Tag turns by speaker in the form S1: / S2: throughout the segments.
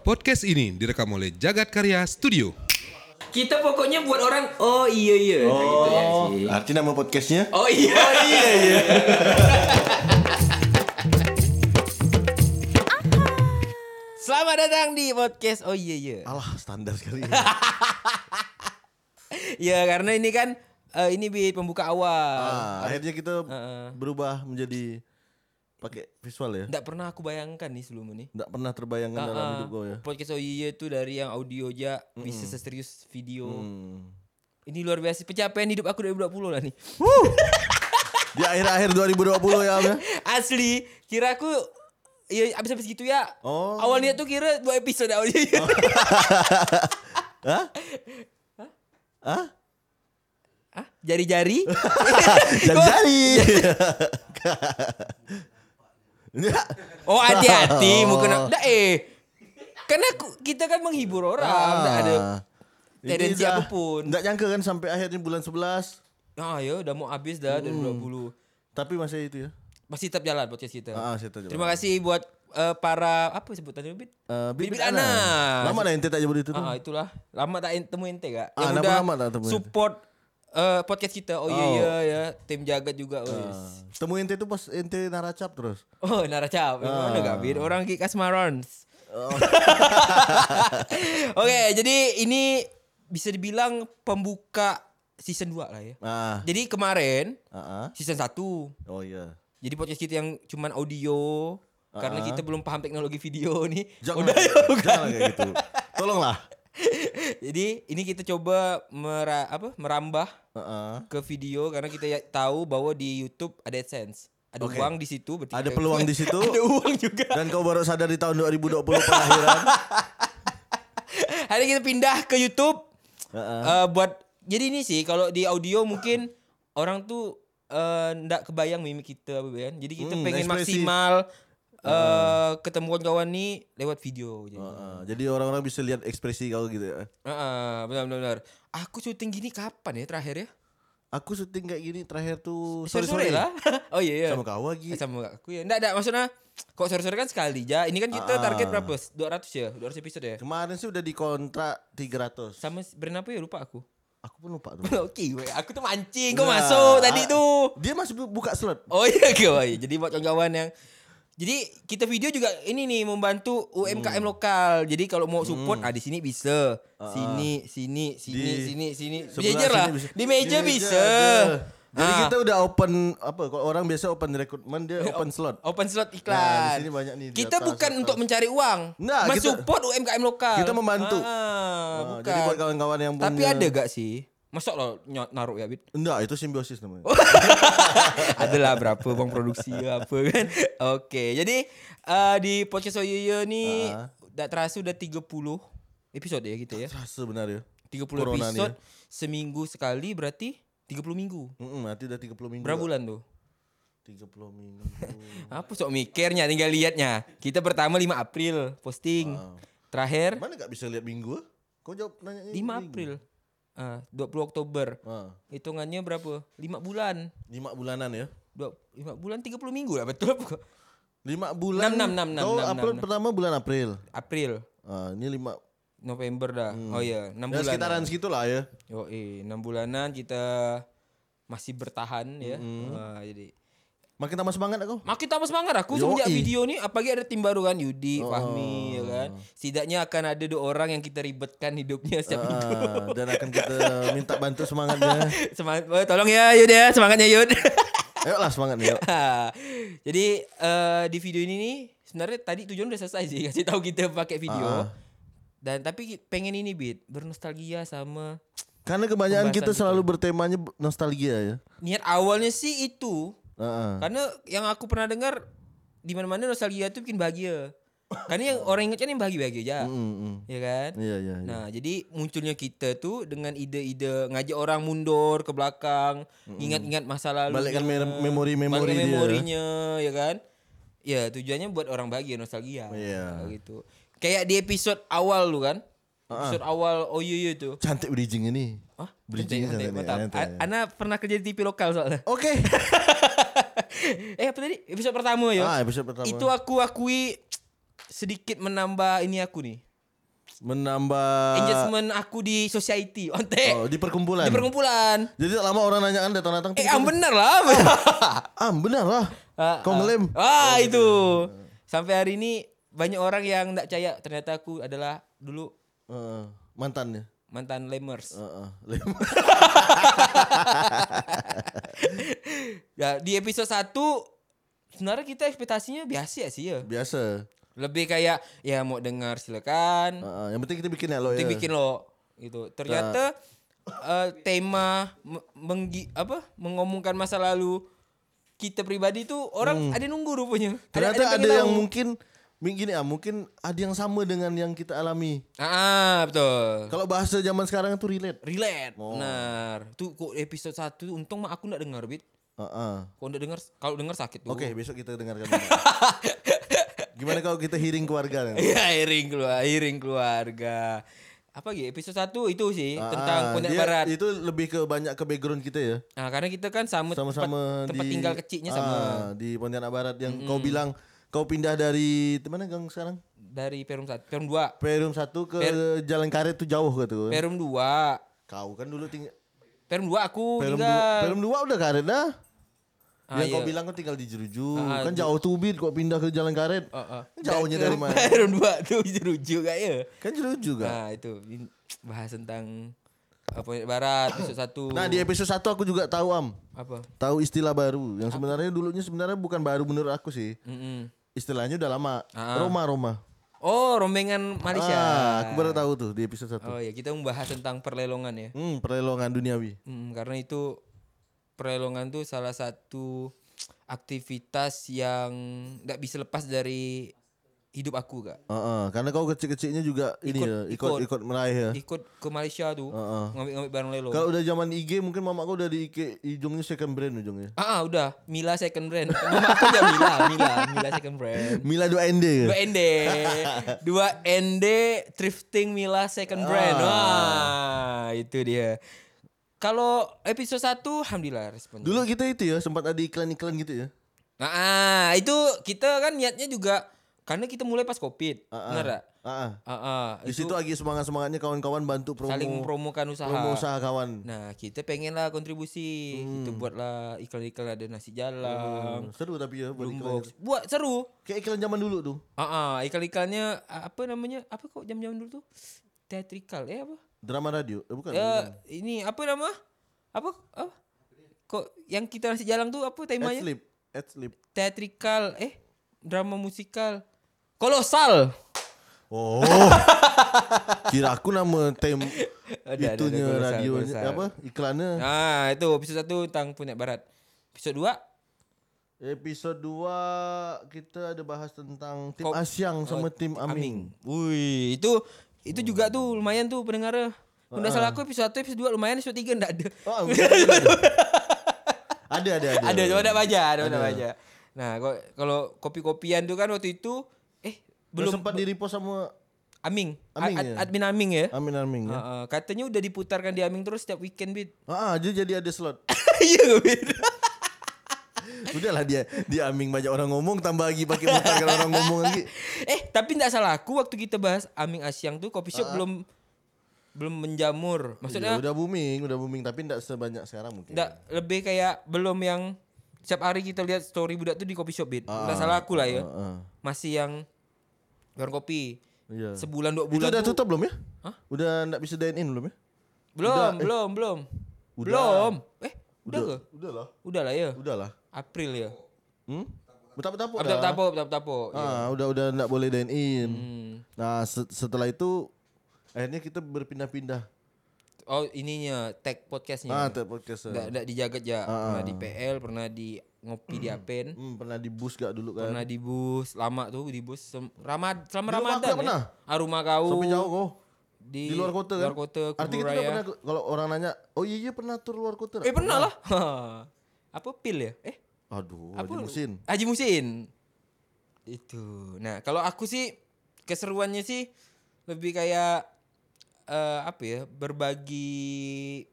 S1: Podcast ini direkam oleh Jagat Karya Studio.
S2: Kita pokoknya buat orang oh iya iya. Oh,
S3: Oh, Arti nama podcastnya?
S2: oh iya iya iya. Selamat datang di podcast oh iya iya.
S3: Alah standar sekali.
S2: Ya karena ini kan eh, ini bit pembuka awal.
S3: Ah, akhirnya kita berubah menjadi pakai visual ya.
S2: Nggak pernah aku bayangkan nih sebelum ini.
S3: Nggak pernah terbayangkan
S2: Ah,
S3: dalam
S2: ah.
S3: hidup gue ya.
S2: Podcast oh iya iya itu dari yang audio aja bisa seserius video.
S3: Mm. Hmm.
S2: Ini luar biasa pencapaian hidup aku 2020 lah nih.
S3: Di akhir-akhir 2020 ya, Om ya.
S2: Asli, kira aku ya habis-habis gitu ya.
S3: Oh.
S2: Awalnya tuh kira dua episode awalnya.
S3: Hah? Hah?
S2: Hah? Jari-jari?
S3: Jari-jari. Enggak.
S2: oh, hati-hati mungkin nah, eh. Karena aku- kita kan menghibur orang,
S3: Ah.
S2: nggak ada. tendensi apapun.
S3: Enggak nyangka kan sampai akhirnya bulan 11
S2: Nah, ya udah mau habis dah dari
S3: Hmm.
S2: 20.
S3: tapi masih itu ya.
S2: Masih tetap jalan podcast kita.
S3: Ah, saya tahu.
S2: Terima kasih buat eh, para apa sebutannya Bit?
S3: Eh, Bibit
S2: Bibit Ana.
S3: Ana. Lama dah ente tak jemput itu tuh.
S2: Ah, itulah. Lama tak en- temu ente gak? Yang
S3: Ah, lama-
S2: udah
S3: lama tak temu ente.
S2: support eh, podcast kita. Oh iya iya ya, tim jaga
S3: Ah.
S2: juga wes.
S3: Temu ente tuh pas ente naracap terus.
S2: Oh, naracap. Mana
S3: Ah.
S2: gak Bit? Orang ki kasmarons.
S3: Oh.
S2: Oke, jadi ini bisa dibilang pembuka season 2 lah ya.
S3: Ah.
S2: Jadi kemarin
S3: Ah, ah.
S2: season 1
S3: Oh iya.
S2: jadi podcast kita yang cuman audio karena
S3: Ah.
S2: kita belum paham teknologi video nih.
S3: Jangan,
S2: Udah ya bukan.
S3: jangan kayak gitu. Tolonglah.
S2: Jadi ini kita coba mera- apa merambah
S3: Heeh.
S2: ke video karena kita ya tahu bahwa di YouTube ada AdSense. Ada
S3: Oke.
S2: uang di situ berarti
S3: Ada
S2: kita-
S3: peluang di situ.
S2: ada uang juga.
S3: Dan kau baru sadar di tahun 2020 pengakhiran.
S2: Hari ini kita pindah ke YouTube
S3: Heeh.
S2: Eh, buat jadi ini sih kalau di audio mungkin orang tuh eh, ndak kebayang mimik kita apa kan. Jadi kita
S3: Hmm,
S2: pengen
S3: ekspresi.
S2: maksimal eh ketemu kawan-kawan nih lewat video jadi.
S3: Heeh. Jadi orang-orang bisa lihat ekspresi kau gitu ya.
S2: Heeh, benar benar. benar. Aku syuting gini kapan ya terakhir ya?
S3: Aku syuting kayak gini terakhir tuh
S2: Sore-sore lah. oh iya iya.
S3: Sama kau lagi.
S2: Eh, sama aku ya. Enggak enggak maksudnya kok sore-sore kan sekali ja. Ini kan
S3: Ah.
S2: kita target berapa? 200 ya, 200 episode ya.
S3: Kemarin sih udah dikontrak 300.
S2: Sama si- brand apa ya lupa aku.
S3: Aku pun lupa tuh.
S2: Oke, we. aku tuh mancing, kok
S3: Nah,
S2: masuk tadi
S3: ah,
S2: tuh.
S3: Dia masih bu- buka slot.
S2: Oh iya, oke, oh, iya. Jadi buat kawan-kawan yang jadi kita video juga ini nih membantu UMKM
S3: Hmm.
S2: lokal. Jadi kalau mau support ah di sini bisa. Sini, sini, sini,
S3: Ah, Di-
S2: sini, sini.
S3: Sebelah
S2: Major
S3: sini
S2: lah.
S3: bisa.
S2: Di meja bisa.
S3: ada.
S2: Ah.
S3: Jadi
S2: Iya,
S3: kita udah open apa kalau orang biasa open recruitment dia
S2: oh,
S3: open slot.
S2: Open slot iklan.
S3: Nah, di sini banyak nih, di
S2: Kita
S3: atas,
S2: bukan
S3: atas.
S2: untuk mencari uang,
S3: Nah, kita-
S2: mensupport UMKM lokal.
S3: Kita membantu.
S2: Ah,
S3: Nah,
S2: bukan.
S3: jadi buat kawan-kawan yang
S2: Tapi
S3: punya-
S2: ada gak sih? Masuk lo ny- naruh ya, Bit?
S3: Enggak, itu simbiosis namanya.
S2: Adalah berapa bang produksi apa kan. Oke, jadi eh, di podcast Oyoyo ni
S3: Ah.
S2: tak terasa udah 30 episode ya gitu ya.
S3: Terasa benar ya.
S2: 30
S3: Corona ni
S2: episode seminggu sekali berarti 30 minggu.
S3: Mm-mm, nanti udah 30 minggu.
S2: Berapa bulan tuh?
S3: 30 minggu.
S2: Apa sok mikirnya tinggal liatnya. Kita pertama 5 April posting. Terakhir
S3: Mana gak bisa lihat minggu? ah? Kau jawab nanya
S2: 5 April. Ah, 20 Oktober.
S3: Ah,
S2: Hitungannya berapa? 5 bulan.
S3: 5 bulanan ya.
S2: Dua, 5 bulan 30 minggu lah betul apa?
S3: 5 bulan.
S2: Enam, enam, enam, enam,
S3: Kau
S2: enam,
S3: upload
S2: enam.
S3: pertama bulan April.
S2: April,
S3: Ah, ini 5
S2: November dah. Oh iya, 6
S3: Ya
S2: bulan.
S3: sekitaran segitulah ya.
S2: Yo, eh, 6 bulanan kita masih bertahan ya.
S3: Hmm.
S2: Ah, jadi
S3: Makin tambah semangat lah aku.
S2: makin tambah semangat aku
S3: Yoi. Oh.
S2: semenjak video nih apalagi ada tim baru kan Yudi, Fahmi ya kan. Setidaknya akan ada dua orang yang kita ribetkan hidupnya setiap minggu.
S3: Ah, dan akan kita minta bantu semangatnya.
S2: Semangat, eh, tolong ya Yud ya, semangatnya Yud.
S3: Ayolah semangatnya.
S2: jadi eh, di video ini nih sebenarnya tadi tujuan udah selesai sih kasih tahu kita pakai video. Dan tapi pengen ini Bit, bernostalgia sama
S3: Karena kebanyakan
S2: Pembahasan
S3: kita
S2: kita.
S3: selalu bertemanya b- nostalgia ya. Ha,
S2: niat awalnya sih itu
S3: Heeh.
S2: Karena yang aku pernah dengar di mana-mana nostalgia itu bikin bahagia. Karena yang orang ingatnya yang bahagia-bahagia aja. Ya kan?
S3: Iya iya. iya.
S2: Nah, jadi munculnya kita tuh dengan ide-ide ngajak orang mundur ke belakang, ingat-ingat masa lalu.
S3: Balikkan mer- memori-memori
S2: Balikkan
S3: dia.
S2: memorinya, ya kan? Ya, tujuannya buat orang bahagia, nostalgia.
S3: Iya.
S2: Gitu. Kayak di episode awal lu kan? Episode awal Oh Iya Iya tuh.
S3: Cantik bridging ini.
S2: Hah? Cantik,
S3: Bridging eh, cantik,
S2: cantik, mantap.
S3: cantik.
S2: A- Ana pernah kerja di TV lokal soalnya.
S3: Oke.
S2: eh apa tadi? Episode pertama ya.
S3: Ah, episode pertama.
S2: Itu aku akui sedikit menambah ini aku nih.
S3: Menambah
S2: Engagement aku di society. Ontek.
S3: Ah. oh, di perkumpulan.
S2: Di perkumpulan.
S3: Jadi tak lama orang nanya anda datang datang.
S2: Eh, am benar lah.
S3: Ah benar lah.
S2: Ah,
S3: Gitu. Kau
S2: ah.
S3: ngelem.
S2: Ah itu. Sampai hari ini banyak orang yang tidak percaya ternyata aku adalah dulu
S3: Eh, mantannya.
S2: mantan lemers.
S3: Heeh. lem.
S2: Ya, di episode 1 sebenarnya kita ekspektasinya biasa ya sih ya.
S3: Biasa.
S2: Lebih kayak ya mau dengar silakan.
S3: Heeh, yang penting kita bikin ya lo ya.
S2: Nanti bikin lo gitu. Ternyata eh,
S3: Ah.
S2: tema me- menggi- apa mengomongkan masa lalu kita pribadi tuh orang ada nunggu rupanya.
S3: Hmm. Ternyata ada,
S2: pengen
S3: yang
S2: tahu.
S3: mungkin mungkin ya mungkin ada yang sama dengan yang kita alami.
S2: Ah, ah, betul.
S3: Kalau bahasa zaman sekarang itu relate.
S2: Relate.
S3: Oh.
S2: Benar. Tuh kok episode 1 untung mah aku nggak dengar, Bit.
S3: Heeh.
S2: Kalau nggak dengar kalau dengar sakit tuh.
S3: Oke, Ah, besok kita dengarkan. dulu. Gimana kalau kita hearing keluarga? Neng?
S2: Iya, iring keluar, iring keluarga. Apa gitu episode 1 itu sih tentang
S3: Ah,
S2: Pontianak
S3: dia
S2: Barat.
S3: Itu lebih ke banyak ke background kita ya.
S2: Nah, karena kita kan sama,
S3: Sama-sama
S2: tempat, tempat
S3: di-
S2: tinggal kecilnya sama
S3: ah, di Pontianak Barat yang kau bilang kau pindah dari di mana gang sekarang?
S2: dari Perum 1, Perum 2.
S3: Perum 1 ke Jalan Karet tuh jauh kata kau.
S2: Perum 2.
S3: Kau kan dulu tinggal
S2: Perum 2 aku
S3: Perum
S2: tinggal.
S3: 2, Perum 2 udah Karet dah.
S2: Ah,
S3: yang kau
S2: iya.
S3: bilang kau tinggal di Jeruju,
S2: Ah,
S3: kan jauh tuh Bin kau pindah ke Jalan Karet. Kan
S2: Ah, ah.
S3: Jauhnya
S2: Dan ke
S3: dari mana?
S2: Perum 2 tuh rujuk kayaknya.
S3: Kan Jeruju kan.
S2: Nah, itu bahas tentang apa Barat episode 1.
S3: Nah, di episode 1 aku juga tahu Am.
S2: apa?
S3: Tahu istilah baru yang sebenarnya dulunya sebenarnya bukan baru menurut aku sih.
S2: Mm-mm.
S3: Istilahnya udah lama.
S2: Mm. Ah.
S3: Roma-Roma.
S2: Oh, rombengan Malaysia.
S3: Ah, aku baru tahu tuh di episode 1.
S2: Oh ya, kita membahas tentang perlelongan ya.
S3: Hmm, perlelongan duniawi.
S2: Hmm, karena itu perlelongan tuh salah satu aktivitas yang nggak bisa lepas dari hidup aku kak.
S3: Ah, ah, karena kau kecil-kecilnya juga ini
S2: Ikut-
S3: ya,
S2: ikut.
S3: ikut ikut meraih ya.
S2: Ikut ke Malaysia tuh
S3: Heeh.
S2: ngambil-ngambil barang lelo.
S3: Kalau udah zaman IG mungkin mama kau udah di IG ujungnya second brand ya. ujungnya.
S2: Ah, ah, udah Mila second brand. Nama aku ya Mila, Mila, Mila second brand.
S3: Mila 2 ND.
S2: Dua ND, dua ND thrifting Mila second brand.
S3: Ah.
S2: Wah, itu dia. Kalau episode 1 alhamdulillah responnya.
S3: Dulu kita itu ya sempat ada iklan-iklan gitu ya.
S2: Nah, ah, itu kita kan niatnya juga karena kita mulai pas covid,
S3: Ah, ah.
S2: benar tak?
S3: Ah, ah.
S2: Ah, ah,
S3: Di
S2: itu
S3: situ lagi semangat-semangatnya kawan-kawan bantu promo
S2: saling mempromokan usaha.
S3: promo usaha kawan.
S2: Nah, kita pengenlah kontribusi. Kita buatlah iklan-iklan ada nasi jalan,
S3: Hmm, seru tapi ya buat
S2: boom
S3: iklan.
S2: box. Buat seru.
S3: Kayak iklan zaman dulu tuh.
S2: Ah, ah, iklan-iklannya ah, apa namanya? Apa kok jam-jam dulu tuh? Teatrikal eh apa?
S3: Drama radio. Eh, bukan.
S2: Ya, ini apa nama? Apa? apa? Kok yang kita nasi jalan tuh apa
S3: Ad
S2: temanya?
S3: sleep. Ad sleep.
S2: Teatrikal eh drama musikal. Kolosal.
S3: Oh. Kira aku nama tem
S2: ada, ada,
S3: itunya
S2: gua rasa,
S3: radionya
S2: gua rasa.
S3: apa iklannya.
S2: Nah, Ah, itu episode 1 tentang Punya Barat. Episode 2
S3: Episode 2 kita ada bahas tentang tim
S2: Kop-
S3: Asyang sama tim Aming.
S2: Wih, itu itu juga tuh lumayan tuh pendengar. Kalau nggak salah aku episode 1, episode 2 lumayan, episode 3 enggak ada.
S3: Oh, bukan, bukan, bukan. ada ada ada.
S2: ada, cuma enggak baca, ada enggak baca. Nah, ko- kalau kopi-kopian tuh kan waktu itu eh
S3: belum
S2: belum
S3: sempat di repost sama
S2: Aming, A-
S3: Aming
S2: ad-
S3: ya?
S2: admin Aming ya.
S3: Amin Aming ya.
S2: Ah, ah, katanya udah diputarkan di Aming terus setiap weekend, Bit.
S3: Ah, dia jadi ada slot.
S2: Iya, Bit.
S3: Udahlah dia dia Aming banyak orang ngomong tambah lagi pakai mutarkan orang ngomong lagi.
S2: Eh, tapi enggak salah aku waktu kita bahas Aming Asyang tuh kopi shop belum belum menjamur. Maksudnya
S3: Ya, udah booming, udah booming tapi enggak sebanyak sekarang mungkin.
S2: Nggak, lebih kayak belum yang setiap hari kita lihat story budak tuh di kopi shop bit. Nggak salah aku lah ya.
S3: Heeh.
S2: Masih yang warung kopi.
S3: Iya.
S2: Sebulan dua
S3: Itu
S2: bulan
S3: udah
S2: tuh-
S3: tutup belum ya? Udah enggak bisa dine in belum ya?
S2: belum,
S3: Udah, eh.
S2: belum, belum.
S3: Udah.
S2: Belum. Eh, udah, ke?
S3: Udahlah.
S2: Udah lah ya.
S3: Udahlah.
S2: April ya.
S3: Hmm? Betapa-tapa
S2: Betap tapo, betap tapo.
S3: Ah, udah udah enggak boleh dine in.
S2: Hmm.
S3: Nah, se- setelah itu akhirnya kita berpindah-pindah.
S2: Oh, ininya tag
S3: Ah,
S2: podcastnya.
S3: te- podcast.
S2: Nggak, nggak dijaga ya. Pernah di PL, pernah di ngopi di Apen,
S3: Hmm, pernah di bus gak dulu kan?
S2: pernah di bus. Lama tuh di bus. Sem- Ramad, selama
S3: Di rumah aku
S2: Ramadan.
S3: nggak pernah.
S2: Ah, rumah kau.
S3: Sampai jauh kok.
S2: Di,
S3: Di luar kota kan?
S2: Luar kota. Kubur
S3: Artinya kita nggak
S2: Raya.
S3: pernah kalau orang nanya, "Oh iya iya pernah tur luar kota?" nggak?"
S2: Eh pernah lah. Apa pil ya? Eh
S3: Aduh,
S2: apa?
S3: Haji Musin.
S2: Haji Musin. Itu. Nah, kalau aku sih keseruannya sih lebih kayak eh apa ya? Berbagi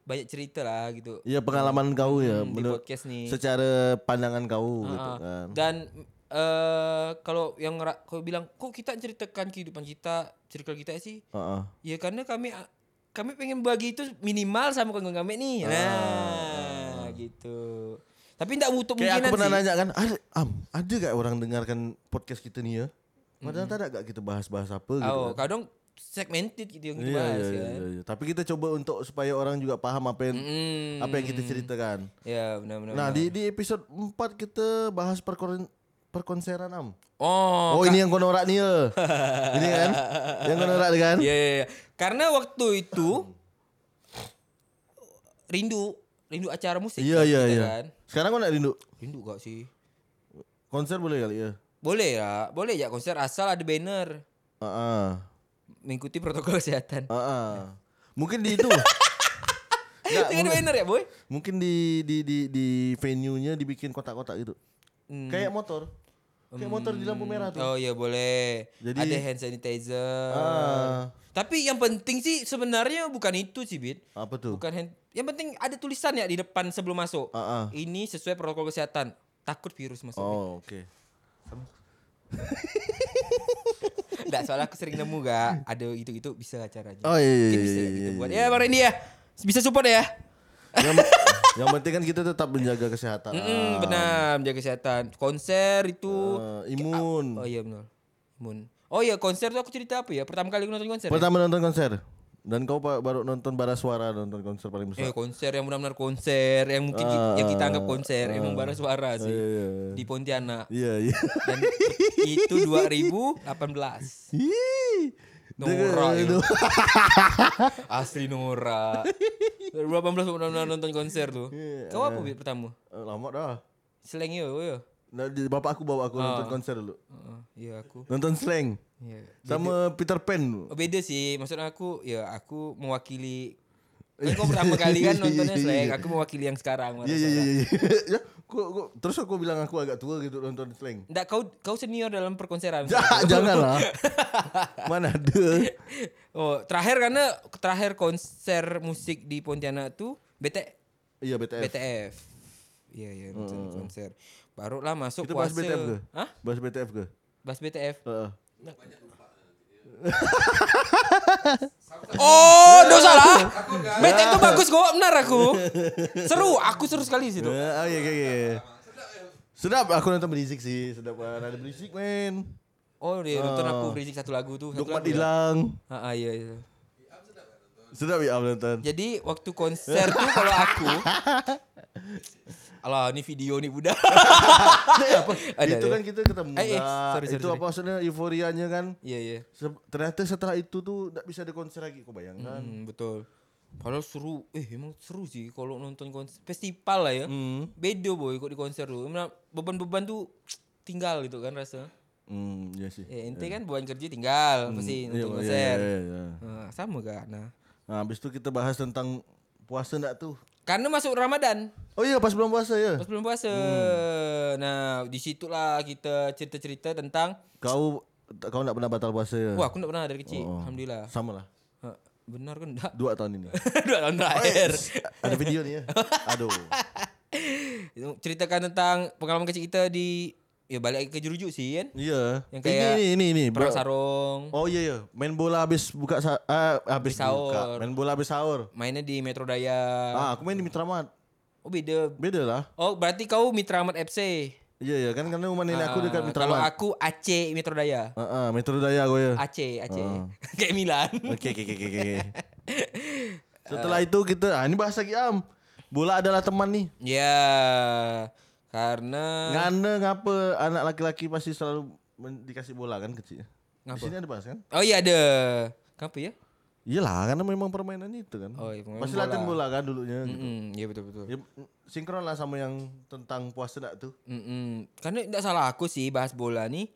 S2: banyak cerita lah gitu.
S3: Iya pengalaman kau ya
S2: Hmm, di
S3: menurut
S2: podcast nih.
S3: secara pandangan kau gitu
S2: Ah,
S3: kan.
S2: Dan eh kalau yang ra- kau bilang kok kita ceritakan kehidupan kita, circle kita sih?
S3: Heeh.
S2: Ya karena kami kami pengen bagi itu minimal sama kawan kami nih.
S3: Ah,
S2: Nah, gitu. Tapi enggak butuh
S3: Kayak aku
S2: kemungkinan
S3: pernah
S2: sih.
S3: nanya kan, ada, am, ada gak orang dengarkan podcast kita nih ya? Padahal tak ada gak kita bahas-bahas apa
S2: Hmm.
S3: gitu.
S2: Oh,
S3: kan.
S2: kadang segmented gitu yang
S3: Iya,
S2: dibahas
S3: iya,
S2: kan.
S3: iya, iya. Tapi kita coba untuk supaya orang juga paham apa yang
S2: Mm.
S3: apa yang kita ceritakan.
S2: Ya, benar-benar.
S3: Nah, di di episode 4 kita bahas perkoren perkonseran am.
S2: Oh,
S3: Oh, ini yang kau norak nih ya. ini kan? Yang kau norak kan?
S2: Iya, iya, iya. Karena waktu itu rindu, rindu acara musik.
S3: Iya,
S2: kan
S3: iya,
S2: kita
S3: iya.
S2: kan.
S3: Sekarang kau nak rindu?
S2: Rindu gak sih?
S3: Konser boleh kali ya?
S2: Boleh lah, boleh ya konser asal ada banner
S3: Heeh.
S2: mengikuti protokol kesehatan.
S3: Heeh. Mungkin di itu. Nggak,
S2: Dengan
S3: mungkin-
S2: banner ya, boy?
S3: Mungkin di di di di venue-nya dibikin kotak-kotak gitu.
S2: Hmm.
S3: Kayak motor. Kayak motor di lampu merah tuh.
S2: Oh iya boleh.
S3: Jadi-
S2: ada hand sanitizer.
S3: Ah.
S2: Tapi yang penting sih sebenarnya bukan itu sih, Bit.
S3: Ah. Apa tuh?
S2: Bukan hand. Yang penting ada tulisan ya di depan sebelum masuk.
S3: Ah, ah.
S2: Ini sesuai protokol kesehatan. Takut virus masuk.
S3: Oh, oke.
S2: Enggak, soalnya aku sering nemu gak ada gitu-gitu bisa acaranya.
S3: Oh, iya, iya,
S2: Mungkin
S3: iya,
S2: bisa
S3: iya,
S2: gitu
S3: iya,
S2: buat.
S3: iya,
S2: Ya, Bang Randy ya. Bisa support ya.
S3: yang, yang penting kan kita tetap menjaga kesehatan. Ah,
S2: Mm, benar, menjaga kesehatan. Konser itu
S3: Eh, imun.
S2: Oh iya benar. Imun. Oh iya, konser tuh aku cerita apa ya? Pertama kali aku nonton konser. ya?
S3: Pertama nonton konser. Dan kau pa- baru nonton bara suara nonton konser
S2: Eh
S3: paling besar.
S2: konser yang benar-benar konser yang mungkin ki- yang kita anggap konser emang bara suara sih
S3: Ah, iya, iya, iya.
S2: di Pontianak
S3: Iya, iya.
S2: dan itu 2018
S3: Ih.
S2: Nora
S3: Dengan-
S2: itu. asli Nora 2018 aku benar-benar nonton konser tuh
S3: Iya,
S2: kau apa Bit, pertama
S3: Eh, Lama dah.
S2: slang yo yo
S3: Nah, di- bapak aku bawa aku
S2: Ah.
S3: nonton konser dulu.
S2: Heeh, iya aku
S3: Nonton Slang
S2: Iya.
S3: sama Peter Pan.
S2: Oh, beda sih maksud aku ya aku mewakili kan kau pertama kali kan nontonnya slang aku mewakili yang sekarang
S3: Iya iya iya iya. Ya, gua- gua- terus aku bilang aku agak tua gitu nonton slang.
S2: Nggak, kau kau senior dalam perkonseran
S3: Ja- janganlah. Mana ada.
S2: Oh, terakhir karena terakhir konser musik di Pontianak tuh BT
S3: Iya BTF.
S2: BTF. Iya, iya, nonton konser. Barulah masuk
S3: Kita
S2: puasa.
S3: Hmm. bahas BTF ke?
S2: Hah?
S3: Bahas BTF ke?
S2: Bahas BTF.
S3: Heeh.
S2: Oh, dosa lah. BTF tuh bagus kok, benar aku. Seru, aku seru sekali di situ.
S3: Eh, oh iya iya iya. Sedap aku nonton berisik sih, sedap kan. Ada berisik, men.
S2: Oh, dia nonton aku berisik satu lagu tuh. Satu
S3: Dokmat
S2: lagu ya?
S3: hilang.
S2: Ah, ah, iya, iya.
S3: Sedap ya aku nonton.
S2: Jadi waktu konser tuh kalau aku Alah, ini video nih Buddha. Ada,
S3: itu
S2: ada.
S3: kan kita ketemu.
S2: Eh, eh,
S3: lah.
S2: sorry, sorry,
S3: itu
S2: sorry.
S3: apa maksudnya euforianya kan?
S2: Iya, iya.
S3: Se- ternyata setelah itu tuh nggak bisa ada konser lagi, kau bayangkan?
S2: Hmm, betul. Padahal seru, eh emang seru sih kalau nonton konser festival lah ya.
S3: Hmm.
S2: Bedo boy kok di konser tuh. Emang Beban-beban tuh tinggal gitu kan rasa.
S3: Hmm, iya sih.
S2: Ya ente kan beban kerja tinggal pasti
S3: Iya,
S2: nonton
S3: iya,
S2: konser.
S3: iya, iya.
S2: Nah, sama gak? Nah.
S3: Nah, habis itu kita bahas tentang puasa enggak tuh?
S2: Karena masuk Ramadan,
S3: Oh iya, pas bulan puasa ya.
S2: pas belum puasa.
S3: Hmm.
S2: Nah, disitulah kita cerita-cerita tentang
S3: Kau kau enggak pernah batal puasa ya?
S2: Wah, aku gak pernah dari kecil.
S3: Oh.
S2: Alhamdulillah.
S3: Sama lah.
S2: Ha, Benar kan enggak?
S3: Dua tahun ini.
S2: Dua tahun terakhir.
S3: Oh, Ada video nih ya. Aduh. iya.
S2: Ceritakan tentang pengalaman kecil kita di ya balik lagi ke jerujuk sih kan.
S3: Iya.
S2: Yang kayak
S3: ini ini ini. ini.
S2: Perang
S3: Bro-
S2: sarung.
S3: Oh iya iya, main bola habis buka sa eh, habis
S2: Sahur.
S3: buka. Main bola habis sahur.
S2: Mainnya di Metro Daya.
S3: Ah, aku main di Mitramat.
S2: Oh beda.
S3: Beda lah.
S2: Oh berarti kau Mitra Ahmad FC.
S3: Iya iya kan karena rumah nenek aku
S2: Ah,
S3: dekat
S2: Kalau
S3: Mitramat.
S2: aku Ah. AC Metro Daya.
S3: Heeh, Metro Daya aku ya.
S2: AC AC. Kayak Milan.
S3: Oke oke oke oke, oke. Setelah itu kita ah ini bahas lagi am. Bola adalah teman nih.
S2: ya karena
S3: Ngana ngapa anak laki-laki pasti selalu men- dikasih bola kan kecil.
S2: Ngapa?
S3: Di sini ada bahas kan?
S2: Oh iya ada. Kenapa ya?
S3: Iyalah karena memang permainan itu kan.
S2: Oh, iya, permainan
S3: pasti
S2: bola.
S3: latihan bola kan dulunya.
S2: Mm-mm, Iya betul betul.
S3: Ya, sinkron lah sama yang tentang puasa nak tuh.
S2: Mm-mm. Karena tidak salah aku sih bahas bola nih.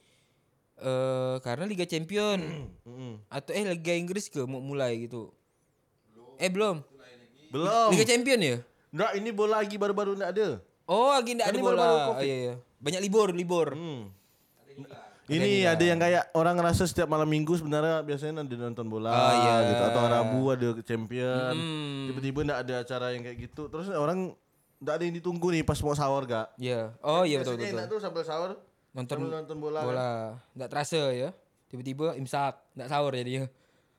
S2: Eh karena Liga Champion
S3: Mm-mm.
S2: atau eh Liga Inggris ke mau mulai gitu. Eh belum.
S3: Belum.
S2: Liga Champion ya?
S3: Nggak, ini bola lagi baru-baru nggak ada.
S2: Oh, lagi enggak ada
S3: Kan ini
S2: bola.
S3: baru-baru Mm.
S2: Oh, iya, iya. Banyak libur, libur.
S3: Hmm. Ini ada yang kayak orang ngerasa setiap malam minggu sebenarnya biasanya ada nonton bola
S2: Ah, iya. Hmm.
S3: gitu atau Rabu ada champion. Tiba-tiba nggak ada acara yang kayak gitu. Terus orang nggak ada yang ditunggu nih pas mau sahur gak?
S2: Iya. Oh, iya betul
S3: Biasanya
S2: betul.
S3: enak tuh sambil sahur
S2: nonton
S3: Sambil nonton bola. kan.
S2: bola nggak terasa ya tiba-tiba imsak nggak sahur jadinya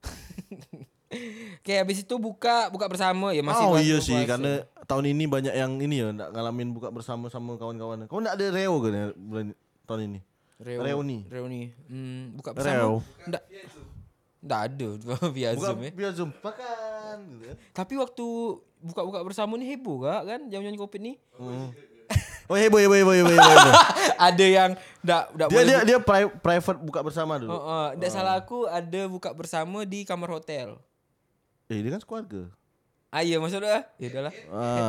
S2: oke habis itu buka buka bersama ya masih
S3: oh
S2: buat
S3: iya
S2: buka
S3: sih
S2: puasa.
S3: karena tahun ini banyak yang ini ya nggak ngalamin buka bersama sama kawan-kawan. Kau nggak ada reo kan ya bulan tahun ini?
S2: Reu-
S3: reuni.
S2: reuni Hmm, buka
S3: Reu.
S2: bersama nggak nggak ada via
S3: Buka
S2: zoom ya
S3: biar zoom makan. gitu kan.
S2: tapi waktu buka-buka bersama nih heboh gak kan jam-jam covid nih
S3: Hmm. Oh heboh heboh heboh heboh. heboh, heboh.
S2: ada yang nggak nggak
S3: dia
S2: boleh
S3: dia Ah. dia pri- private buka bersama dulu.
S2: Oh, oh, nggak salah aku ada buka bersama di kamar hotel
S3: Eh dia kan keluarga.
S2: ah iya maksudnya ya udahlah
S3: Ah,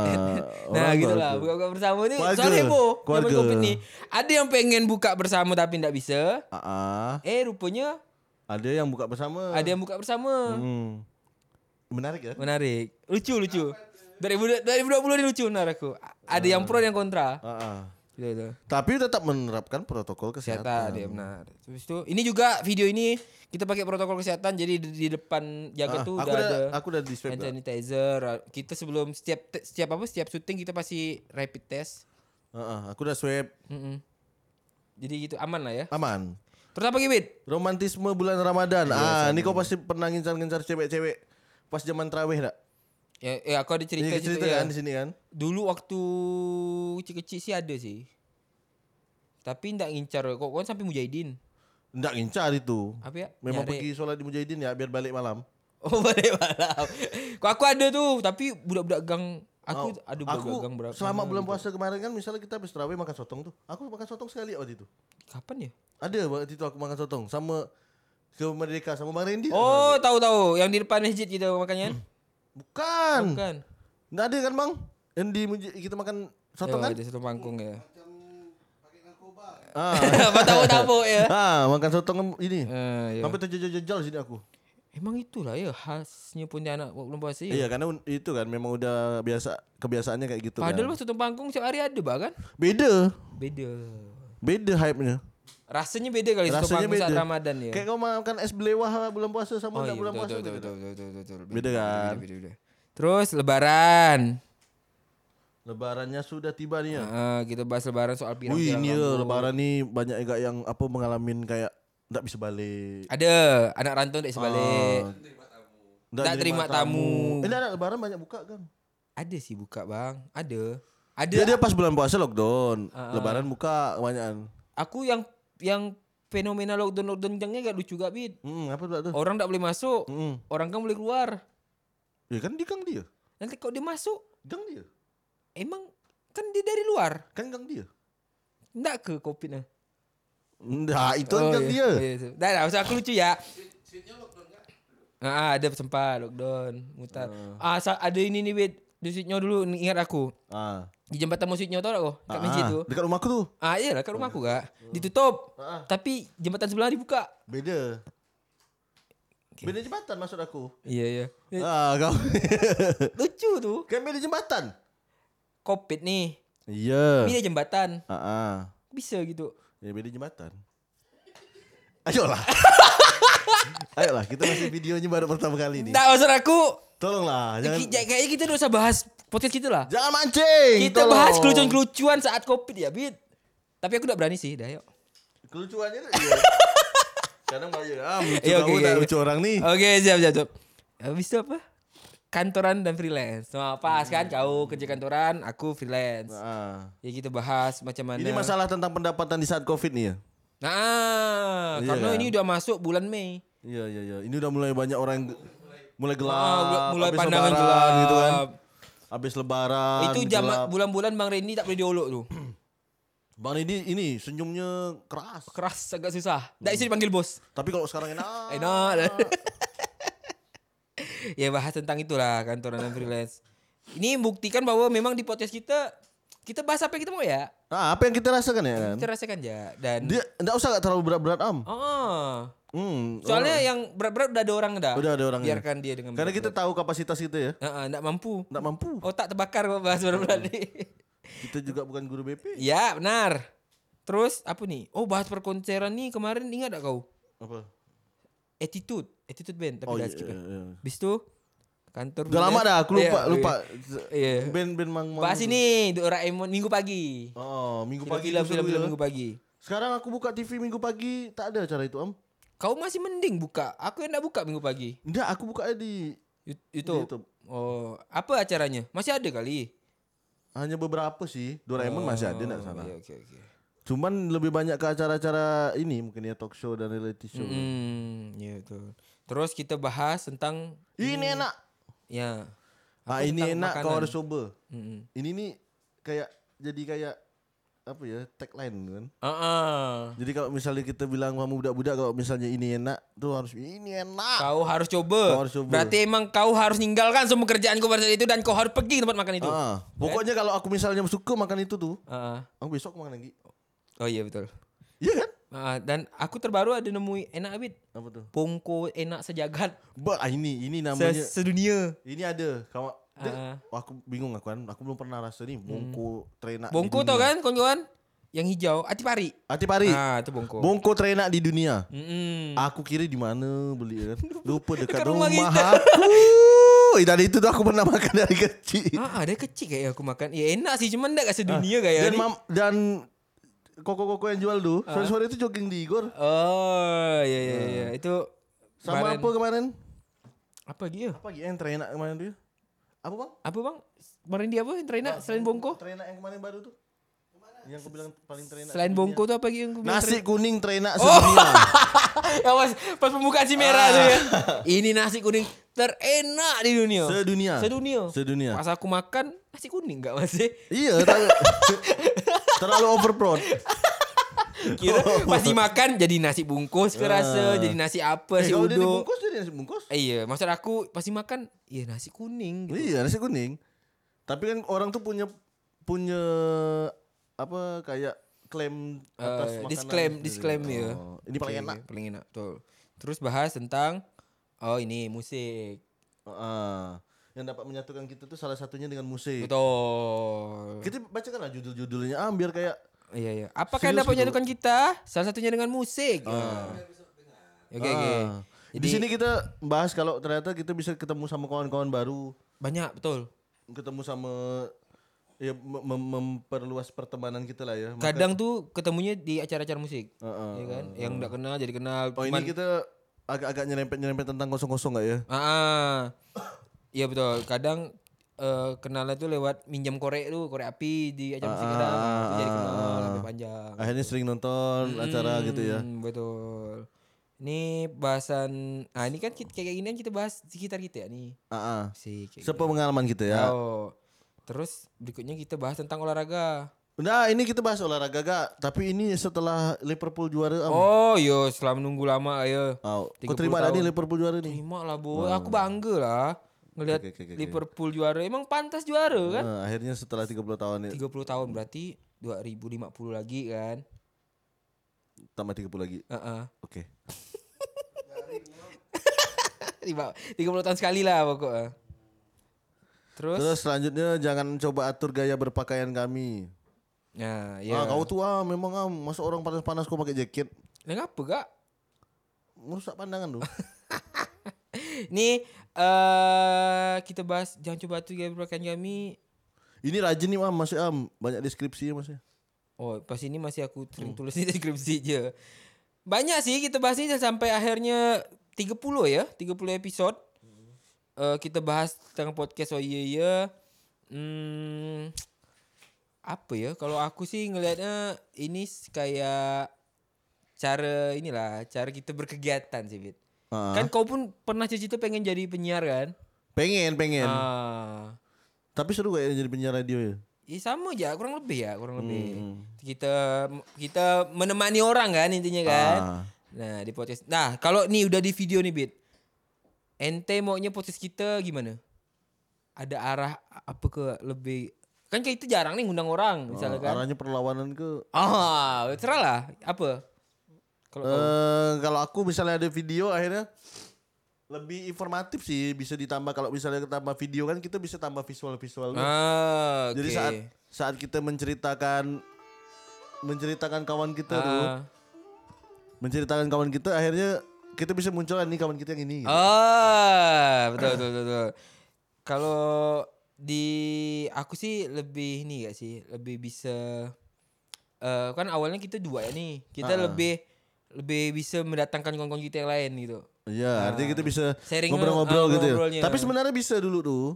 S2: Nah
S3: orang
S2: gitu lah
S3: keluarga.
S2: buka-buka bersama ini
S3: Keluarga.
S2: soal heboh
S3: Keluarga.
S2: zaman covid nih. Ada yang pengen buka bersama tapi tidak bisa.
S3: Ah, ah.
S2: Eh rupanya
S3: ada yang buka bersama.
S2: ada yang buka bersama.
S3: Ah. Hmm. Menarik ya?
S2: Menarik, lucu lucu. 2020 2020 ini lucu benar aku. A- Ada yang pro dan yang kontra.
S3: Ah, ah.
S2: Gitu gitu.
S3: Tapi tetap menerapkan protokol
S2: Kesehatan
S3: kesehatan.
S2: dia benar. Terus itu ini juga video ini kita pakai protokol kesehatan jadi di, di depan jaga
S3: Ah,
S2: tuh
S3: aku
S2: udah
S3: dah-
S2: ada
S3: aku udah di swab
S2: hand
S3: dah.
S2: sanitizer. Kita sebelum setiap te- setiap apa setiap syuting kita pasti rapid test.
S3: Ah, ah, aku udah swab
S2: Mm-mm. Jadi gitu aman lah ya.
S3: aman.
S2: Terus apa Gibit?
S3: Romantisme bulan Ramadan. ah, ini kau pasti pernah ngincar-ngincar cewek-cewek pas zaman traweh enggak?
S2: Ya, ya aku ada cerita,
S3: Ini
S2: situ
S3: cerita
S2: ya.
S3: kan di sini kan?
S2: Dulu waktu kecil-kecil sih ada sih. Tapi ndak ngincar kok kan sampai Mujahidin.
S3: Enggak ngincar itu.
S2: Apa ya?
S3: Memang
S2: Nyari.
S3: pergi sholat di Mujahidin ya biar balik malam.
S2: Oh, balik malam. kok aku ada tuh, tapi budak-budak gang aku ada
S3: Oh, aku
S2: budak-budak gang berapa?
S3: selama
S2: mana
S3: bulan
S2: gitu.
S3: puasa kemarin kan misalnya kita habis terawih makan sotong tuh. Aku makan sotong sekali waktu itu.
S2: Kapan ya?
S3: Ada waktu itu aku makan sotong sama ke Merdeka sama Bang Randy.
S2: Oh, tahu-tahu yang di depan masjid gitu makanya.
S3: Hmm. Bukan.
S2: Bukan.
S3: Enggak ada kan, Bang? Yang di Muji- kita makan
S2: Oh,
S3: sotong kan?
S2: ada satu mangkung ya.
S3: Ah.
S2: Apa tahu-tahu ya.
S3: ah, makan sotong ini.
S2: Eh, ya.
S3: Sampai terjejal-jejal sini aku.
S2: Emang itulah ya khasnya Pontianak waktu bulan puasa. Ya.
S3: Iya, karena un- itu kan memang udah biasa kebiasaannya kayak gitu
S2: Padahal
S3: kan.
S2: waktu mangkung setiap hari ada bah kan?
S3: Beda.
S2: Beda.
S3: Beda hype-nya.
S2: Rasanya beda kali soto
S3: Rasanya
S2: panggung saat
S3: beda.
S2: Ramadan ya. Oh, iya,
S3: Kayak kau makan es belewah bulan puasa sama enggak bulan puasa.
S2: betul,
S3: beda.
S2: betul, betul, betul, betul, betul.
S3: Beda kan?
S2: beda, beda. Terus lebaran.
S3: Lebarannya sudah tiba nih ya.
S2: Heeh, Eh, kita bahas lebaran soal
S3: Wih,
S2: pirang-pirang.
S3: ini
S2: rambut.
S3: ya, lebaran nih banyak juga yang apa mengalamin kayak enggak bisa balik.
S2: Ada anak rantau dari sebalik.
S3: Ah. Nggak
S2: Tak terima tamu.
S3: Eh, nggak, nggak, lebaran banyak buka, Kang.
S2: Ada sih buka, Bang. Ada. Ada.
S3: Dia, dia pas bulan puasa lockdown.
S2: Ah.
S3: Lebaran buka kebanyakan.
S2: Aku yang yang fenomena lockdown lockdown jangnya gak lucu gak, Bit.
S3: Hmm, apa pula tuh?
S2: Orang tak boleh masuk,
S3: Hmm.
S2: orang kan boleh keluar.
S3: Ya kan di gang dia.
S2: Nanti kalau dia masuk,
S3: Gang dia.
S2: emang kan dia dari luar.
S3: Kan gang dia.
S2: Enggak ke Covid-nya.
S3: Nah, itu kan
S2: Oh,
S3: gang
S2: iya.
S3: dia.
S2: Oh, iya, itu. Dah, dah, maksud aku lucu ya. Ah, ada sempat lockdown, mutar. Ah, sa- ada ini nih, Bit. Di Sydney dulu nih, ingat aku.
S3: Ah.
S2: Di jembatan mau Sydney tau tak kau? Dekat
S3: Ah,
S2: masjid tu.
S3: Dekat rumahku tuh.
S2: Ah, iyalah kat rumah aku kak.
S3: Hmm.
S2: Ditutup.
S3: Ah.
S2: Tapi jembatan sebelah dibuka.
S3: Beda. Beda jembatan maksud aku.
S2: Iya, iya. Eh,
S3: Ah, kau.
S2: Lucu tu.
S3: kan beda jembatan.
S2: Covid nih.
S3: Iya.
S2: Pilih jembatan.
S3: Ah, ah.
S2: Bisa gitu.
S3: Ya beda jembatan. Ayolah. Ayolah, kita masih videonya baru pertama kali ini.
S2: Tak, maksud aku.
S3: Tolonglah,
S2: Nah,
S3: jangan
S2: ki- Kayaknya kita udah usah bahas podcast kita lah.
S3: jangan mancing.
S2: Kita
S3: tolong.
S2: bahas kelucuan-kelucuan saat Covid ya, Bit. Tapi aku tak berani sih, dah yuk.
S3: Kelucuannya tuh iya. Kadang banyak ah lucu
S2: Iya,
S3: kamu
S2: oke,
S3: tak
S2: iya,
S3: lucu orang nih.
S2: Oke siap siap siap. Habis itu apa? Kantoran dan freelance. Nah, pas kan kau kerja kantoran, aku freelance.
S3: Ah.
S2: Ya kita bahas macam mana.
S3: Ini masalah tentang pendapatan di saat Covid nih ya.
S2: Nah,
S3: Iya
S2: karena
S3: kan?
S2: ini udah masuk bulan Mei.
S3: Iya iya iya. Ini udah mulai banyak orang yang mulai gelap,
S2: Ah, mulai- mulai
S3: habis
S2: pandangan
S3: lebaran gitu kan.
S2: gelap.
S3: Habis lebaran
S2: itu jam
S3: gelap. Hmm.
S2: bulan-bulan Bang Randy tak boleh diolok tuh.
S3: Bang ini ini senyumnya keras.
S2: Keras agak susah.
S3: Hmm.
S2: Tak bisa dipanggil bos.
S3: Tapi kalau sekarang enak.
S2: Enak. dah. ya bahas tentang itulah kantoran dan freelance. Ini buktikan bahwa memang di podcast kita kita bahas apa yang kita mau ya.
S3: Nah, apa yang kita rasakan ya kan?
S2: Kita rasakan ya dan
S3: Dia enggak usah enggak terlalu berat-berat am.
S2: Oh.
S3: Hmm.
S2: Soalnya yang berat-berat udah ada orang dah.
S3: Udah ada orangnya.
S2: Biarkan dia dengan
S3: Karena kita tahu kapasitas kita Hmm. ya.
S2: Heeh, enggak mampu.
S3: Enggak mampu.
S2: Otak terbakar kalau bahas berat-berat nih.
S3: Kita juga bukan guru BP.
S2: ya, benar. Terus apa nih? Oh, bahas perkonseran nih kemarin ingat gak kau?
S3: Apa?
S2: Attitude, attitude band tapi
S3: Oh,
S2: udah
S3: iya,
S2: skip. kan?
S3: iya, iya.
S2: Habis itu kantor eh,
S3: Udah lama dah, aku lupa, lupa.
S2: Iya.
S3: Ben Ben Mang Mang.
S2: Bahas ini Doraemon minggu pagi.
S3: Oh, minggu pagi
S2: Film-film
S3: film,
S2: film minggu pagi.
S3: Sekarang aku buka TV minggu pagi tak ada acara itu om.
S2: Kau masih mending buka. Aku yang nak buka minggu pagi.
S3: Enggak, aku buka di
S2: Yu- YouTube.
S3: YouTube.
S2: Oh, apa acaranya? Masih ada kali.
S3: hanya beberapa sih. Doraemon masih ada nak
S2: Oh,
S3: sana.
S2: Oke, oke, oke.
S3: Cuman lebih banyak ke acara-acara ini mungkin ya talk show dan reality show.
S2: Hmm, ya betul. Terus kita bahas tentang
S3: Ini enak.
S2: ya.
S3: Ah
S2: Apa
S3: ini
S2: tentang
S3: enak kau
S2: makanan?
S3: harus coba.
S2: Mm-mm.
S3: Ini nih kayak jadi kayak apa ya tagline kan.
S2: Ah, ah.
S3: Jadi kalau misalnya kita bilang sama budak-budak kalau misalnya ini enak tuh harus ini enak.
S2: Kau harus coba.
S3: Kau harus coba.
S2: Berarti emang kau harus ninggalkan semua kerjaan kau pada saat itu dan kau harus pergi ke tempat makan itu.
S3: Ah, pokoknya kalau aku misalnya suka makan itu tuh,
S2: Ah, ah.
S3: aku besok aku makan lagi.
S2: Oh iya betul.
S3: Iya kan?
S2: Ah, dan aku terbaru ada nemui enak abit.
S3: Apa tuh?
S2: Pongko enak sejagat
S3: Ba, ah, ini ini
S2: se-
S3: namanya.
S2: sedunia.
S3: ini ada kawan. Dia-
S2: Ah. Hmm.
S3: Wah, aku bingung aku kan. Aku belum pernah rasa nih bongko terenak. di
S2: Bongko
S3: dunia.
S2: tau kan kawan-kawan? Yang hijau, ati pari.
S3: Ati pari.
S2: Ah, itu bongko.
S3: Bongko terenak di dunia.
S2: Mm-mm.
S3: Aku kira di mana beli kan. Lupa dekat,
S2: Dekat
S3: rumah,
S2: Hmm. rumah
S3: aku. Dan itu tuh aku pernah makan dari kecil.
S2: Ah, ada kecil kayak aku makan. Ya enak sih, cuman enggak kasih dunia kayak
S3: dan mam, dan koko-koko yang jual
S2: Ah.
S3: tuh, sore-sore itu jogging di Igor.
S2: Oh, ya ya ya. Itu
S3: Ah. Sama
S2: kemarin-
S3: apa kemarin?
S2: Apa lagi ya?
S3: Apa lagi yang terenak kemarin tuh? Apa bang?
S2: Apa bang? Kemarin dia apa yang terenak selain bongko?
S3: Terenak yang kemarin baru tuh. Yang aku bilang paling terenak.
S2: Selain bongko Oh. tuh apa lagi yang aku bilang
S3: Nasi
S2: terenak?
S3: kuning terenak sedunia.
S2: Ya, pas, pas pembukaan si merah
S3: Ah.
S2: tuh ya. Ini nasi kuning terenak di dunia.
S3: Sedunia.
S2: Sedunia.
S3: Sedunia.
S2: Pas aku makan nasi kuning Eh, enggak masih.
S3: Iya, tak- terlalu overprod.
S2: Kira
S3: Oh.
S2: pas dimakan jadi nasi bungkus kerasa, jadi nasi apa,
S3: Ah. Eh,
S2: nasi
S3: kalau dia
S2: uduk.
S3: dibungkus dia nasi bungkus.
S2: Eh, Iya, maksud aku pasti makan iya nasi kuning gitu.
S3: Iya, nasi kuning. Tapi kan orang tuh punya punya apa kayak klaim
S2: Eh,
S3: atas makanan
S2: disclaim,
S3: sendiri.
S2: disclaim ya.
S3: Oh, Ini paling
S2: Oke,
S3: enak.
S2: oke, Paling enak, betul. Terus bahas tentang oh ini musik.
S3: Ah, yang dapat menyatukan kita tuh salah satunya dengan musik.
S2: Betul.
S3: Kita bacakanlah judul-judulnya ah, biar kayak
S2: Iya iya. Apakah
S3: Serius
S2: dapat
S3: gitu.
S2: menyatukan kita? Salah satunya dengan musik. Ya. Oke oke.
S3: ah,
S2: Jadi
S3: di sini kita bahas kalau ternyata kita bisa ketemu sama kawan-kawan baru,
S2: banyak betul.
S3: ketemu sama ya mem- mem- memperluas pertemanan kita lah ya. Maka-
S2: Kadang tuh ketemunya di acara-acara musik.
S3: Ah, ah,
S2: Iya kan? Yang enggak kenal jadi kenal.
S3: Oh ini kita agak-agak nyerempet-nyerempet tentang kosong-kosong gak ya?
S2: Ah, ah. Iya betul. Kadang eh, kenalnya tuh lewat minjam korek tuh, korek api di
S3: Ah,
S2: acara musik kadang. Nah, itu jadi kenal lebih panjang.
S3: Akhirnya sering nonton ah, acara gitu ya.
S2: Hmm, betul. Ini bahasan ah ini kan kita, kayak gini kan kita bahas sekitar kita ya nih.
S3: Heeh.
S2: Musik. kayak gitu.
S3: Sepengalaman kita ya.
S2: Oh. Terus berikutnya kita bahas tentang olahraga.
S3: Nah, ini kita bahas olahraga gak, tapi ini setelah Liverpool juara. Am.
S2: Oh, yo setelah menunggu lama ya.
S3: Au. Kau
S2: 30
S3: terima tadi
S2: tahun.
S3: Liverpool juara nih?
S2: Terima lah, Boy. Aku bangga lah ngelihat
S3: Oke, oke, oke, oke.
S2: Liverpool juara. Emang pantas juara kan?
S3: Eh, akhirnya setelah 30 tahun ya,
S2: 30 tahun berarti 2050 lagi kan.
S3: tambah 30 lagi.
S2: Heeh.
S3: Oke.
S2: 30 tahun sekali lah pokoknya. Terus,
S3: Terus selanjutnya jangan coba atur gaya berpakaian kami.
S2: nah, ya.
S3: Ah, kau tua memang am, masa orang panas-panas kau pakai jaket
S2: Nah, Lah, ngapa kak?
S3: merusak pandangan lu.
S2: Nih eh kita bahas jangan coba tuh gaya berpakaian kami.
S3: ini rajin nih am, masih am, banyak deskripsi masih.
S2: Oh, pas ini masih aku sering tulis di deskripsi je. Banyak sih kita bahas ini sampai akhirnya 30 ya, 30 episode. Eh, kita bahas tentang podcast Oh Iya Iya. Hmm, apa ya? Kalau aku sih ngelihatnya ini s- kayak cara inilah, cara kita berkegiatan sih, Bit.
S3: Ah.
S2: Kan kau pun pernah cita-cita pengen jadi penyiar kan?
S3: Pengen, pengen.
S2: Ah.
S3: Tapi seru gak ya jadi penyiar radio ya?
S2: Ya sama aja, kurang lebih ya, kurang lebih.
S3: Hmm,
S2: Kita kita menemani orang kan intinya kan.
S3: Ah.
S2: Nah, di podcast. Nah, kalau nih udah di video nih, Bit. Ente maunya podcast kita gimana? Ada arah apa ke lebih kan kita jarang nih ngundang orang misalnya
S3: Ah,
S2: kan.
S3: Arahnya perlawanan ke
S2: Ah, terserah lah. Apa? Kalau
S3: Eh, kalau aku misalnya ada video akhirnya lebih informatif sih bisa ditambah kalau misalnya tambah video kan kita bisa tambah visual-visual. dulu.
S2: ah,
S3: Eh, Jadi
S2: oke.
S3: saat saat kita menceritakan menceritakan kawan kita tuh,
S2: Ah.
S3: menceritakan kawan kita akhirnya kita bisa munculkan nih kawan kita yang ini. gitu.
S2: Ah, betul betul betul. betul. Kalau di aku sih lebih ini gak sih, lebih bisa eh, kan awalnya kita dua ya nih. Kita
S3: Ah.
S2: lebih lebih bisa mendatangkan kawan-kawan kita yang lain gitu.
S3: Iya, artinya kita bisa
S2: Sharing
S3: ngobrol-ngobrol
S2: eh,
S3: gitu. ya.
S2: ngobrol-ngobrolnya.
S3: Tapi sebenarnya bisa dulu tuh.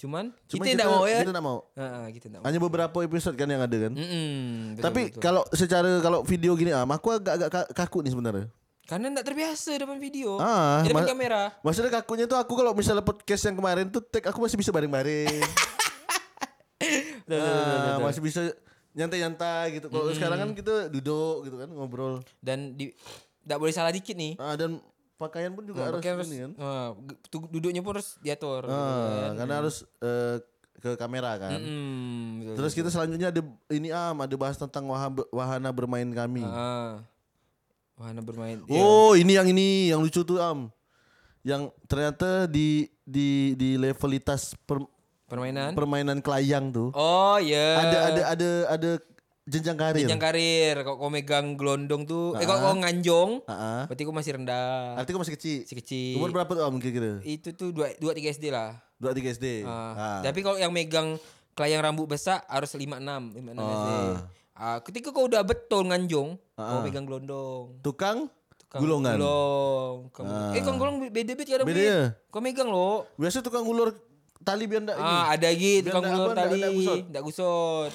S2: Cuman,
S3: Cuma
S2: kita tidak mau ya.
S3: Kita tidak mau.
S2: Heeh, kita tidak mau.
S3: Hanya beberapa episode kan yang ada kan.
S2: Mm-mm, betul,
S3: Tapi
S2: betul.
S3: kalau secara kalau video gini ah, aku agak-agak ka- kaku nih sebenarnya.
S2: karena tidak terbiasa depan video,
S3: Ah,
S2: di depan
S3: ma-
S2: kamera.
S3: Maksudnya kakunya tuh aku kalau misalnya podcast yang kemarin tuh tag aku masih bisa bareng-bareng. Ah, masih bisa nyantai-nyantai gitu. Kalau sekarang kan kita duduk gitu kan ngobrol.
S2: Dan di tidak boleh salah dikit nih.
S3: Ah, dan pakaian pun juga harus
S2: Pakai Oh, harus,
S3: ini kan.
S2: ah, ge- tu- duduknya pun harus diatur. gitu
S3: Ah,
S2: kan.
S3: karena harus eh, ke kamera kan.
S2: Mm, betul,
S3: Terus kita selanjutnya ada ini am ada bahas tentang waha- wahana bermain kami.
S2: Ah. Wahana bermain. Iya.
S3: Oh, ini yang ini yang lucu tuh am. Yang ternyata di di di levelitas per-
S2: Permainan.
S3: permainan kelayang tuh.
S2: oh iya.
S3: Ada ada ada ada jenjang karir.
S2: Jenjang karir. Kalau kau megang gelondong tuh, eh kalau kau nganjong,
S3: Ah, ah.
S2: berarti kau masih rendah.
S3: Artinya kau masih kecil.
S2: Masih kecil.
S3: Umur berapa tuh am kira-kira?
S2: Itu tuh 2 2 3 SD lah.
S3: 2 3 SD.
S2: Ah,
S3: Ah.
S2: Tapi kalau yang megang kelayang rambut besar harus 56, 56 SD. Ah, ketika kau udah betul nganjong,
S3: Ah.
S2: kau megang gelondong.
S3: Tukang,
S2: Kau
S3: gulungan.
S2: Gulung. Kau- Eh, kau gulung beda-beda kadang
S3: Ah. Beda
S2: boleh.
S3: ya?
S2: Kau megang loh.
S3: Biasa tukang ulur tali biar enggak ini.
S2: Ah, ada lagi tukang
S3: ndak
S2: ulur
S3: apa, ndak-
S2: tali,
S3: ndak gusot.
S2: enggak gusot.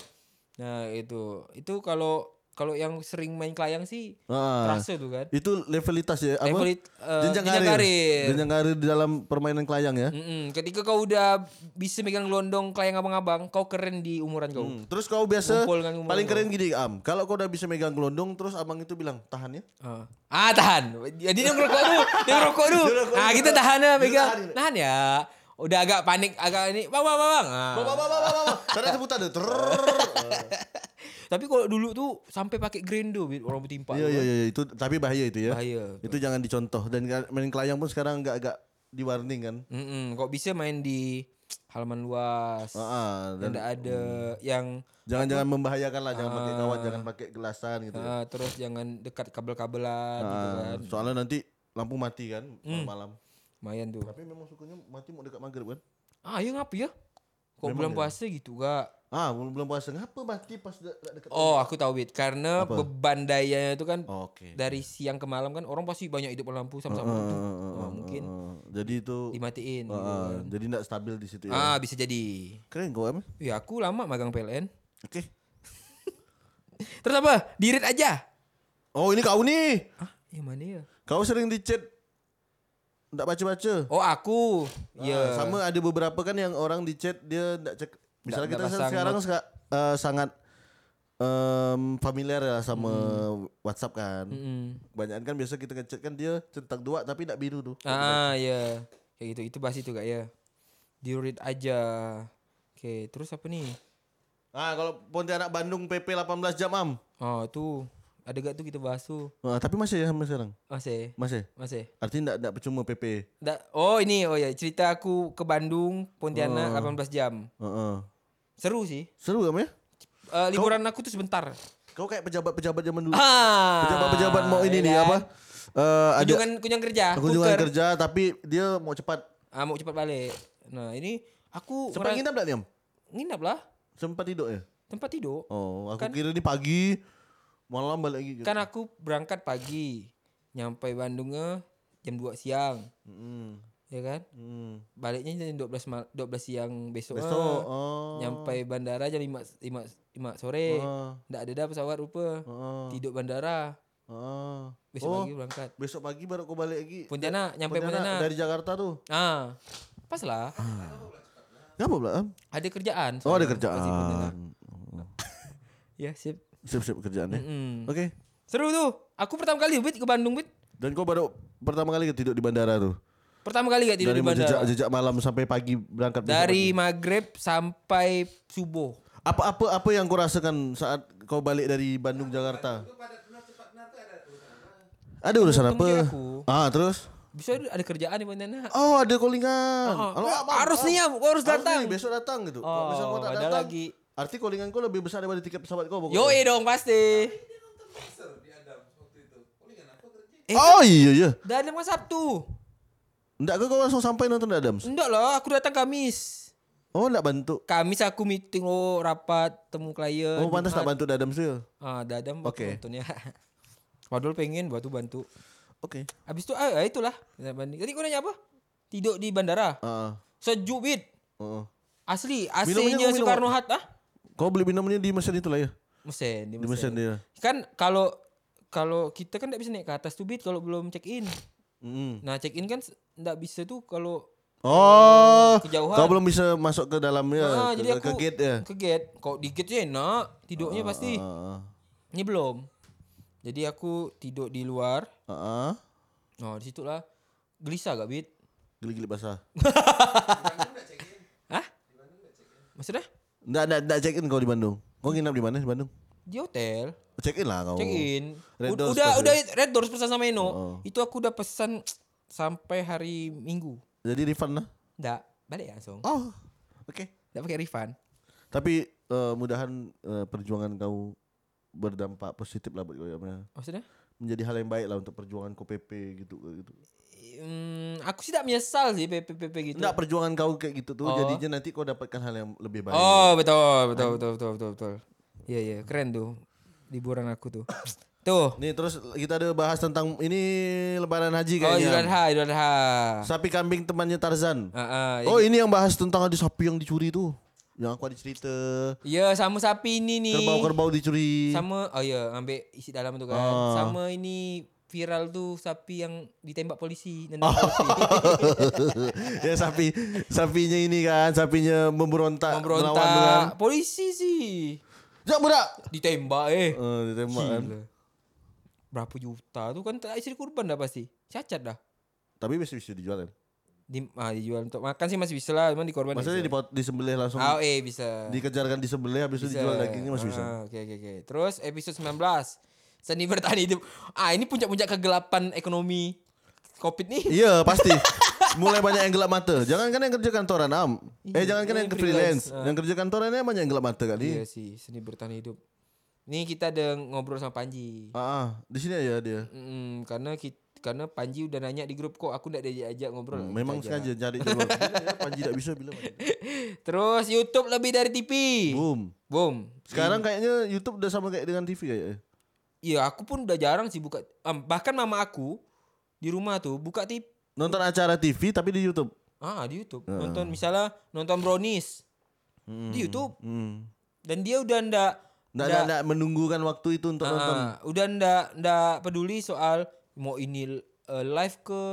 S2: Nah, itu. Itu kalau kalau yang sering main kelayang sih
S3: Ah.
S2: terasa tuh kan.
S3: Itu levelitas ya apa?
S2: Level it- eh,
S3: jenjang,
S2: jenjang
S3: karir.
S2: karir.
S3: Jenjang karir di dalam permainan kelayang ya.
S2: Mm-mm. Ketika kau udah bisa megang gelondong kelayang abang-abang, kau keren di umuran kau.
S3: Hmm. Terus kau biasa
S2: Ngumpul kan, ngumpul,
S3: paling keren gini Am. Kalau kau udah bisa megang gelondong terus abang itu bilang tahan ya.
S2: Ah. Ah tahan. Jadi dia ngerokok dulu, dia ngerokok dulu. Nah, kita tahan lah megang. Tahan ya. Udah agak panik, agak ini. Bang, bang, bang, bang. Ah.
S3: Bawa bawa bawa bawa. Karena sebutan tuh. Trrrr.
S2: Tapi kalau dulu tuh sampai pakai grendo Bit, orang bertimpa. kan.
S3: Iya iya iya itu tapi bahaya itu ya.
S2: Bahaya.
S3: Itu jangan dicontoh dan ga- main kelayang pun sekarang agak agak di warning kan.
S2: Mm-mm. Kok bisa main di halaman luas?
S3: Ah, ah,
S2: Dan Ah.
S3: dan
S2: nggak ada yang
S3: jangan jangan membahayakan lah jangan pakai kawat jangan pakai gelasan gitu.
S2: eh, terus jangan dekat kabel-kabelan gitu
S3: Ah,
S2: kan. Hmm.
S3: Soalnya nanti lampu mati kan malam.
S2: Lumayan tuh.
S3: Tapi memang sukanya mati mau dekat maghrib kan.
S2: Ah, ya ngapa ya? Kok bulan puasa gitu gak?
S3: Ah, belum belum puasa. Ngapa mati pas de- dekat?
S2: Oh, aku tahu Wit. Karena beban dayanya itu
S3: Oh,
S2: kan
S3: Oke.
S2: dari siang ke malam kan orang pasti banyak hidup lampu sama-sama hidup. Ah, mungkin
S3: Ah, jadi itu
S2: dimatiin. gitu.
S3: Ah, jadi tidak stabil di situ ya.
S2: Ah, bisa jadi.
S3: Keren kau Am.
S2: Ya aku lama magang PLN.
S3: Oke.
S2: Terus apa? Dirit aja.
S3: Oh ini kau nih.
S2: Ah, yang mana ya?
S3: Kau sering di chat nggak baca-baca.
S2: Oh, aku. Ya.
S3: Ah, sama ada beberapa kan yang orang di chat dia nggak cek. Misalnya
S2: Nggak-
S3: kita
S2: nggak pasang
S3: sekarang suka, eh, sangat em, familiar ya sama WhatsApp kan.
S2: Mm-mm.
S3: Kebanyakan kan biasa kita ngechat kan dia centang dua tapi tidak biru tuh.
S2: Ah ya Kayak gitu Itu bahas itu kak ya Diurit aja Oke terus apa nih
S3: Ah kalau Pontianak Bandung PP 18 jam am.
S2: Oh tuh Ada gak tuh kita bahas tuh
S3: Ah, tapi masih ya sampai sekarang.
S2: Masih
S3: Masih.
S2: Masih
S3: Artinya tidak tidak percuma PP.
S2: da- Oh ini oh ya Cerita aku ke Bandung
S3: Oh.
S2: Pontianak 18 jam
S3: Heeh.
S2: Seru sih
S3: Seru kan ya?
S2: Eh, Liburan aku tuh sebentar
S3: Kau kayak pejabat-pejabat zaman dulu.
S2: Ah ya.
S3: Pejabat-pejabat mau ini nih apa? Eh ada Ah,
S2: Kunjungan, kunjungan kerja
S3: kunjungan
S2: hooker.
S3: kerja tapi dia mau cepat.
S2: ah, Mau cepat balik Nah ini Aku
S3: Sempat
S2: ngeras-
S3: nginap enggak nih, Am?
S2: nginap lah
S3: Sempat tidur ya?
S2: Tempat tidur
S3: Oh, aku kira ini pagi malam balik lagi.
S2: Kan aku berangkat pagi Nyampe Bandungnya Jam 2 siang
S3: Hmm.
S2: ya kan
S3: Hmm.
S2: baliknya jam 12 mal 12 siang besok,
S3: Besok
S2: ah.
S3: oh.
S2: nyampe bandara jam 5 5 5 sore
S3: Ah.
S2: ndak ada dah pesawat rupa
S3: Ah.
S2: tidur bandara
S3: Ah.
S2: besok
S3: oh,
S2: pagi berangkat
S3: besok pagi baru kau balik lagi.
S2: Pontianak nyampe
S3: Pontianak,
S2: Pontianak
S3: dari Jakarta tuh.
S2: ah pas lah
S3: Ngapa pula? Am?
S2: ada kerjaan
S3: Oh,
S2: soalnya
S3: ada
S2: pas di Pontianak.
S3: kerjaan.
S2: ya sip
S3: Sip-sip kerjaan ya.
S2: Mm-mm.
S3: Oke.
S2: seru tuh aku pertama kali Wit ke Bandung Wit
S3: Dan kau baru pertama kali tidur di bandara tuh.
S2: pertama kali gak tidur
S3: dari
S2: di bandara
S3: jejak, jejak malam sampai pagi berangkat besok
S2: dari
S3: pagi.
S2: maghrib sampai subuh
S3: apa apa apa yang kau rasakan saat kau balik dari Bandung Jakarta ada urusan
S2: Ketemu
S3: apa
S2: dia aku.
S3: ah terus
S2: bisa ada kerjaan di Pontianak
S3: oh ada callingan
S2: Ah,
S3: Alah, apa-
S2: harus
S3: apa-
S2: nih, Am. Kau harus datang.
S3: nih, besok datang
S2: Oh,
S3: gitu kalau misalnya kau tak
S2: ada
S3: datang
S2: lagi.
S3: arti callingan kau lebih besar daripada tiket pesawat kau pokoknya.
S2: yo dong pasti Eh,
S3: oh iya iya
S2: dari Mas Sabtu
S3: enggak kau kau langsung sampai nonton The Adams
S2: Enggak lah, aku datang Kamis.
S3: Oh enggak bantu.
S2: Kamis aku meeting lo rapat temu klien.
S3: Oh pantas enggak bantu Dadam Sil.
S2: Ah, dadam waktu
S3: Oke.
S2: nontonnya. Padahal pengen batu bantu.
S3: Oke.
S2: Habis itu ah, ah, itulah. Tadi kau nanya apa? Tidur di bandara.
S3: Heeh.
S2: Sejuk bit.
S3: Heeh.
S2: Asli
S3: Minumnya
S2: AC-nya
S3: kau minum
S2: Soekarno Hatta.
S3: ah. Kau beli minumannya di mesin itulah ya.
S2: Mesin, di
S3: Di
S2: mesin.
S3: mesin dia.
S2: Kan kalau kalau kita kan tidak bisa naik ke atas tuh bit kalau belum check in.
S3: Mm.
S2: Nah check in kan tidak bisa tuh kalau
S3: Oh,
S2: Kejauhan.
S3: kau belum bisa masuk ke dalamnya,
S2: Ah,
S3: Ya, ke,
S2: jadi aku
S3: ke gate ya. Ah,
S2: Ke gate. Kok di gate sih enak, tidurnya pasti.
S3: Heeh.
S2: Ini belum. Jadi aku tidur di luar.
S3: Heeh.
S2: Oh, di situlah gelisah gak, Bit?
S3: Geli-geli basah.
S2: Hah? Maksudnya?
S3: Enggak enggak enggak check in kau di Bandung. Kau nginap di mana di Bandung?
S2: Di hotel,
S3: Check in lah kau.
S2: check in.
S3: Oh. Red
S2: Ud-
S3: Doors
S2: udah
S3: pasti.
S2: udah Red Doors pesan sama Eno.
S3: Oh.
S2: Itu aku udah pesan sampai hari Minggu.
S3: Jadi refund lah.
S2: Nggak, balik ya, langsung.
S3: Oh. Oke.
S2: Nggak pakai refund.
S3: Tapi eh, mudahan eh, perjuangan kau berdampak positif lah buat kau ya. Mel.
S2: Maksudnya?
S3: Menjadi hal yang baik lah untuk perjuangan kau PP gitu gitu.
S2: Hmm, aku sih tidak menyesal sih PPPP gitu.
S3: Enggak perjuangan kau kayak gitu tuh
S2: Oh.
S3: jadinya nanti kau dapatkan hal yang lebih baik.
S2: Oh betul betul betul betul betul betul. Iya iya keren tuh liburan aku tuh. tuh.
S3: Nih terus kita ada bahas tentang ini lebaran haji
S2: Oh
S3: kayaknya.
S2: Idul Adha Idul Adha.
S3: Sapi kambing temannya Tarzan.
S2: Ah, ah,
S3: Oh ini yang bahas tentang ada sapi yang dicuri tuh. Yang aku ada cerita.
S2: Iya sama sapi ini nih.
S3: Kerbau-kerbau dicuri.
S2: Sama oh iya ambil isi dalam tu kan.
S3: Ah.
S2: Sama ini viral tuh sapi yang ditembak polisi. nendang
S3: Ah.
S2: polisi.
S3: ya sapi sapinya ini kan sapinya memberontak, melawan dengan
S2: Memberontak. Polisi sih.
S3: Jak budak.
S2: Ditembak eh.
S3: Eh, ditembak kan.
S2: Gila. Berapa juta tuh kan tak istri kurban dah pasti. Cacat dah.
S3: Tapi masih bisa dijual kan.
S2: Di, ah, dijual untuk makan sih masih bisa lah, cuman dikorban.
S3: Maksudnya
S2: bisa.
S3: dipot, disembelih langsung.
S2: Ah, eh bisa.
S3: Dikejarkan disembelih habis itu dijual dagingnya masih bisa.
S2: Ah, Oke oke oke. Terus episode 19 seni bertahan hidup. Ah ini puncak-puncak kegelapan ekonomi Covid nih.
S3: Iya pasti. Mulai banyak yang gelap mata. Jangan kan yang kerja kantoran am. Eh jangan kan yang,
S2: yang
S3: ke freelance.
S2: freelance. Ah.
S3: Yang kerja kantorannya banyak yang gelap mata kan. Di,
S2: Iya sih seni bertahan hidup. Nih kita ada ngobrol sama Panji.
S3: ah, ah, di sini aja dia.
S2: Mm, karena kita, karena Panji udah nanya di grup kok aku ndak diajak ngobrol. Hmm, Kita
S3: Hmm,
S2: lah.
S3: Memang
S2: ajak.
S3: sengaja cari jodoh. Ini Panji tidak bisa bilang.
S2: Terus YouTube lebih dari TV.
S3: Boom.
S2: Boom.
S3: Sekarang kayaknya YouTube udah sama kayak dengan TV kayaknya.
S2: Iya aku pun udah jarang sih buka. em, bahkan mama aku di rumah tuh buka TV.
S3: Nonton acara TV tapi di YouTube.
S2: Ah di YouTube. Nonton misalnya nonton Brownies di YouTube.
S3: Hmm.
S2: dan dia udah ndak
S3: Nggak, nggak, nggak menunggukan waktu itu untuk nonton.
S2: ah, udah ndak ndak peduli soal mau ini eh, live ke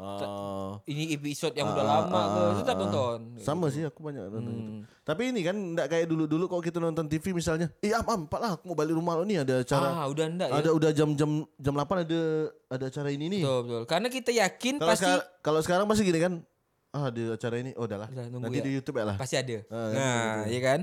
S3: Oh.
S2: ini episode yang
S3: Ah,
S2: udah lama ke tetap nonton
S3: Sama
S2: Gitu.
S3: sih aku banyak
S2: Hmm.
S3: nonton YouTube. Tapi ini kan nggak kayak dulu-dulu kok kita nonton TV misalnya. Ih am am, pak lah aku mau balik rumah lo nih ada acara.
S2: ah udah ndak ya
S3: ada udah jam-jam jam 8 ada ada acara ini nih.
S2: betul betul karena kita yakin
S3: Kalau
S2: pasti
S3: sekarang kalau sekarang masih gini kan. Ah ada acara ini. Oh udahlah.
S2: Udah, nunggu
S3: Nanti
S2: ya.
S3: di YouTube ya lah.
S2: pasti ada
S3: Ah,
S2: nah ya kan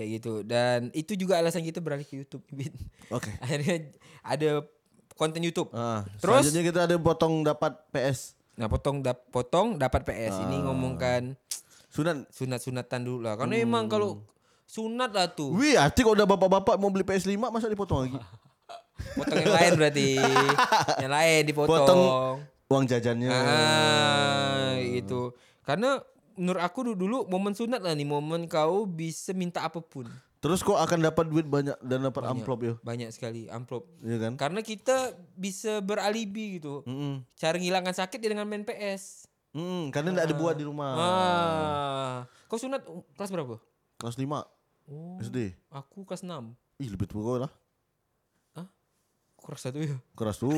S2: kayak gitu dan itu juga alasan kita beralih ke YouTube Bin.
S3: Oke.
S2: akhirnya ada konten YouTube
S3: Ah,
S2: Terus?
S3: selanjutnya kita ada potong dapat PS.
S2: nah potong dap- potong dapat PS
S3: Ah.
S2: ini ngomongkan
S3: Sunan.
S2: sunat-sunatan dulu lah karena emang kalau sunat lah tuh
S3: Hmm. Wih, hati kalau udah bapak-bapak mau beli PS5 masa dipotong lagi?
S2: Potong yang lain berarti. yang lain dipotong.
S3: Potong uang jajannya.
S2: Ah, gitu. Karena menurut aku dulu, dulu momen sunat lah nih, momen kau bisa minta apapun.
S3: Terus kok akan dapat duit banyak dan dapat amplop ya.
S2: Banyak sekali amplop.
S3: Iya kan?
S2: Karena kita bisa beralibi gitu.
S3: Mm-mm.
S2: Cara ngilangkan sakit ya dengan main PS.
S3: Mm-mm, Hmm, karena enggak ada buat di rumah.
S2: Ah. Kau sunat kelas berapa?
S3: Kelas 5
S2: Oh,
S3: SD.
S2: aku kelas 6.
S3: Ih, lebih tua kau lah.
S2: Kelas satu ya.
S3: Keras tuh.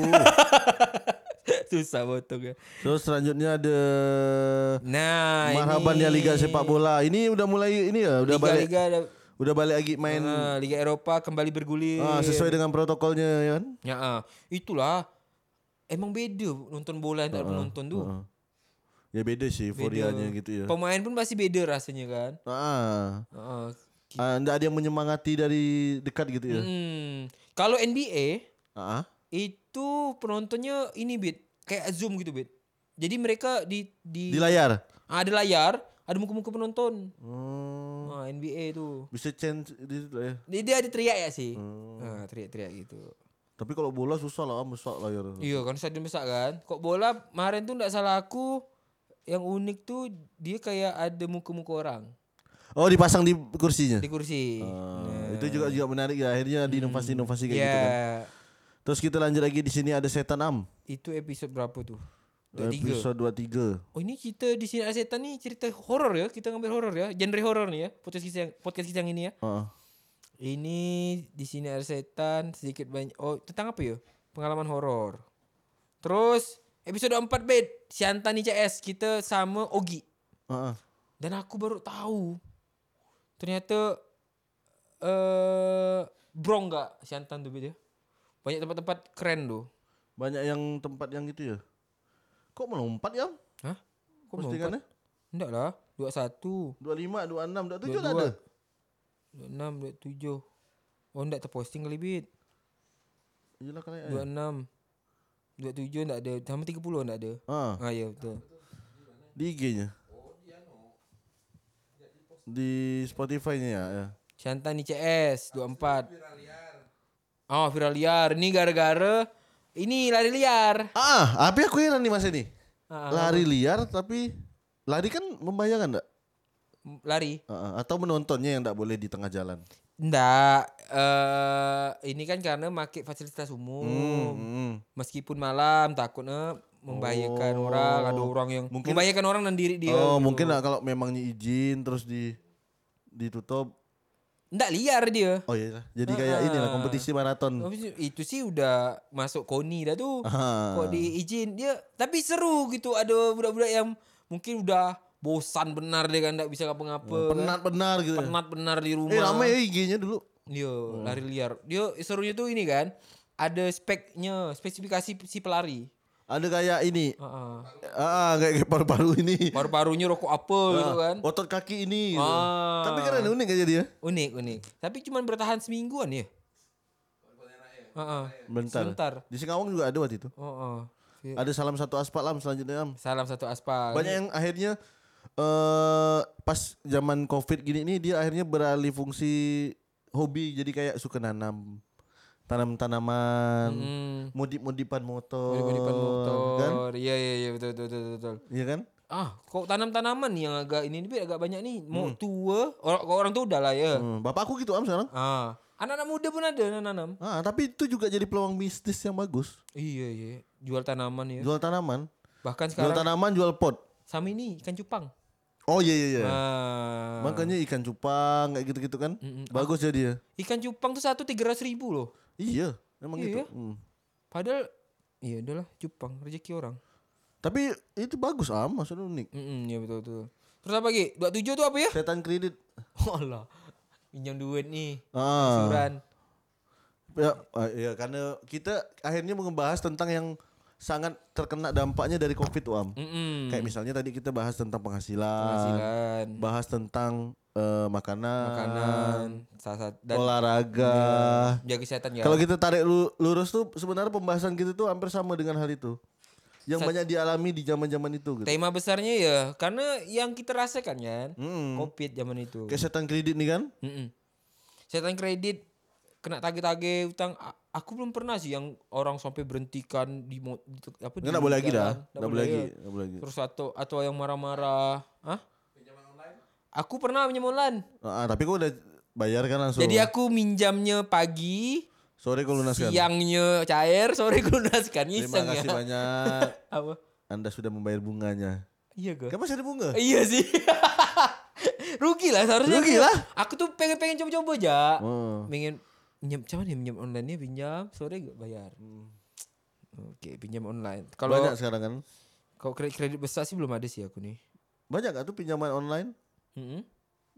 S2: Susah potong ya.
S3: Terus selanjutnya ada
S2: Nah,
S3: Marhaban
S2: ini
S3: ya Liga Sepak Bola. Ini udah mulai ini ya, udah balik
S2: Liga-liga ada-
S3: udah balik lagi main
S2: Ah, iya, Liga Eropa kembali bergulir.
S3: ah, sesuai dengan protokolnya ya kan?
S2: Ya, ah. itulah. Emang beda nonton bola dan tak
S3: Ah,
S2: penonton tuh.
S3: Heeh. Ya beda sih euforianya gitu ya.
S2: Pemain pun pasti beda rasanya kan.
S3: Ah,
S2: Ah, ki-
S3: ah, enggak ada yang menyemangati dari dekat gitu ya.
S2: Hmm. Kalau NBA
S3: Ah,
S2: itu penontonnya ini bit kayak zoom gitu bit. Jadi mereka di di,
S3: di layar.
S2: Ah, ada layar, ada muka-muka penonton.
S3: Hmm,
S2: Ah, NBA tuh.
S3: bisa change di situ lah ya.
S2: Dia, dia ada teriak ya sih.
S3: Hmm.
S2: Ah, teriak-teriak gitu.
S3: Tapi kalau bola susah lah, ah, rusak layar.
S2: Iya kan stadion besar kan. Kok bola kemarin tuh nggak salah aku yang unik tuh dia kayak ada muka-muka orang.
S3: Oh dipasang di kursinya.
S2: di kursi. Nah.
S3: Ah, Itu juga juga menarik ya akhirnya di inovasi-inovasi kayak
S2: ya,
S3: gitu kan. Terus kita lanjut lagi di sini ada setan am.
S2: itu episode berapa tuh? Dua tiga.
S3: Episode 23.
S2: Oh ini kita di sini ada setan nih cerita horor ya, kita ngambil horor ya, genre horor nih ya, podcast kisah podcast kisah yang ini ya.
S3: Heeh.
S2: Ini di sini ada setan sedikit banyak. Oh tentang apa ya? Pengalaman horor. Terus episode 4 bed Siantan ICS kita sama Ogi
S3: Heeh.
S2: dan aku baru tahu ternyata eh bro nggak Siantan tuh bed ya. Banyak tempat-tempat keren tuh.
S3: Banyak yang tempat yang gitu ya. Kok melompat ya?
S2: Hah? Kok mau empat?
S3: Postingannya?
S2: Enggak lah, 21.
S3: 25, 26, 27
S2: Dua-dua.
S3: ada.
S2: 26, 27. Oh enggak terposting kali bit.
S3: Eh. Iyalah kalian.
S2: 26. 27 enggak ada. Sama 30 enggak ada.
S3: Ah,
S2: Ah ya betul.
S3: di IG-nya. Di Spotify-nya ya. ya.
S2: Shantan ICS 24. Oh viral liar. Ini gara-gara ini lari liar.
S3: Ah, tapi aku heran nih Mas ini.
S2: Ah,
S3: lari liar tapi lari kan membayangkan enggak?
S2: M- Lari.
S3: atau menontonnya yang enggak boleh di tengah jalan.
S2: Enggak. eh ini kan karena make fasilitas umum.
S3: Hmm.
S2: Meskipun malam takutnya membahayakan
S3: Oh.
S2: orang. Ada orang yang
S3: Mungkin-
S2: membahayakan orang dan diri dia. gitu.
S3: oh, mungkin lah kalau memangnya izin terus di ditutup.
S2: Enggak liar dia.
S3: Oh iya, jadi
S2: Ah.
S3: kayak inilah kompetisi maraton.
S2: Tapi itu sih udah masuk koni dah tuh.
S3: Ah.
S2: Kok diizin dia tapi seru gitu ada budak-budak yang mungkin udah bosan benar dia kan enggak bisa ngapa-ngapa.
S3: Penat benar gitu. ya.
S2: Penat benar di rumah.
S3: Hmm. Eh, Hmm. lama ya IG-nya dulu.
S2: Dia lari liar. Dia serunya tuh ini kan ada speknya, spesifikasi si pelari.
S3: Ada kayak ini.
S2: Ah, ah.
S3: Ah, kayak kayak paru-paru ini.
S2: Paru-parunya rokok apa
S3: Ya.
S2: gitu kan.
S3: Otot kaki ini. gitu.
S2: Ah.
S3: Tapi keren unik aja dia.
S2: Unik, unik. Tapi cuman bertahan semingguan ya. Ah, ah.
S3: Bentar.
S2: Sebentar.
S3: Di Singawang juga ada waktu itu.
S2: Oh, oh.
S3: Ada salam satu aspal am selanjutnya am.
S2: Salam satu aspal.
S3: Banyak yang akhirnya eh pas zaman covid gini nih dia akhirnya beralih fungsi hobi jadi kayak suka nanam tanam-tanaman,
S2: Hmm.
S3: modif-modifan motor,
S2: Modif-modifan
S3: kan?
S2: motor. Iya iya iya betul betul betul. betul.
S3: Iya kan?
S2: Ah, kok tanam-tanaman nih yang agak ini nih, agak banyak nih. Mau tua, orang orang tua udah lah ya.
S3: Hmm, bapak aku gitu am sekarang.
S2: Ah, anak-anak muda pun ada nanam.
S3: Ah, tapi itu juga jadi peluang bisnis yang bagus.
S2: Iya iya, jual tanaman ya.
S3: Jual tanaman,
S2: Bahkan
S3: jual
S2: sekarang
S3: tanaman, jual pot.
S2: sama ini ikan cupang.
S3: Oh iya iya iya.
S2: Ah.
S3: Makanya ikan cupang kayak gitu-gitu kan. Bagus ya dia.
S2: Ikan cupang tuh satu tiga ratus ribu loh.
S3: Iya, emang
S2: Iya
S3: gitu.
S2: ya?
S3: Hmm.
S2: Padahal iya adalah cupang rezeki orang.
S3: Tapi itu bagus ah, maksudnya unik.
S2: Mm ya betul betul. Terus apa lagi? 27 tuh apa ya?
S3: Setan kredit.
S2: Oh Allah. Pinjam duit nih.
S3: Ah.
S2: Suran.
S3: Ya, ah, ya karena kita akhirnya membahas tentang yang sangat terkena dampaknya dari Covid, Wam.
S2: Mm
S3: Kayak misalnya tadi kita bahas tentang penghasilan,
S2: Penghasilan.
S3: bahas tentang eh, makanan,
S2: makanan salah satu dan
S3: olahraga.
S2: jaga kesehatan ya.
S3: Kalau gitu. kita tarik lu- lurus tuh sebenarnya pembahasan kita tuh hampir sama dengan hal itu. Yang banyak dialami di zaman-zaman itu gitu.
S2: Tema besarnya ya karena yang kita rasakan kan
S3: Mm-mm.
S2: covid zaman itu.
S3: Kayak setan kredit nih kan?
S2: Mm-mm. Setan kredit kena tagih-tagih utang. A- Aku belum pernah sih yang orang sampai berhentikan di mo- di- apa
S3: Nggak nggak boleh lagi dah. Enggak boleh lagi,
S2: ya.
S3: nggak boleh lagi.
S2: Terus atau atau yang marah-marah, Hah? Aku pernah pinjam online.
S3: Ah, ah, tapi kok udah bayar kan langsung.
S2: Jadi aku minjamnya pagi,
S3: Sore kau lunaskan.
S2: siangnya cair, sore aku lunaskan.
S3: Terima
S2: Iseng
S3: kasih
S2: ya.
S3: banyak.
S2: Apa?
S3: Anda sudah membayar bunganya.
S2: Iya gak?
S3: Kan masih ada bunga?
S2: Iya sih. Rugi lah seharusnya.
S3: Rugi
S2: aku-
S3: lah.
S2: Aku tuh pengen-pengen coba-coba aja.
S3: Oh.
S2: Pengen pinjam cuman ya pinjam online nya pinjam sore gak bayar. Hmm. Oke, pinjam online. Kalau
S3: Banyak sekarang kan?
S2: kalau kredit, kredit besar sih belum ada sih aku nih.
S3: Banyak gak tuh pinjaman online?
S2: Mm-mm.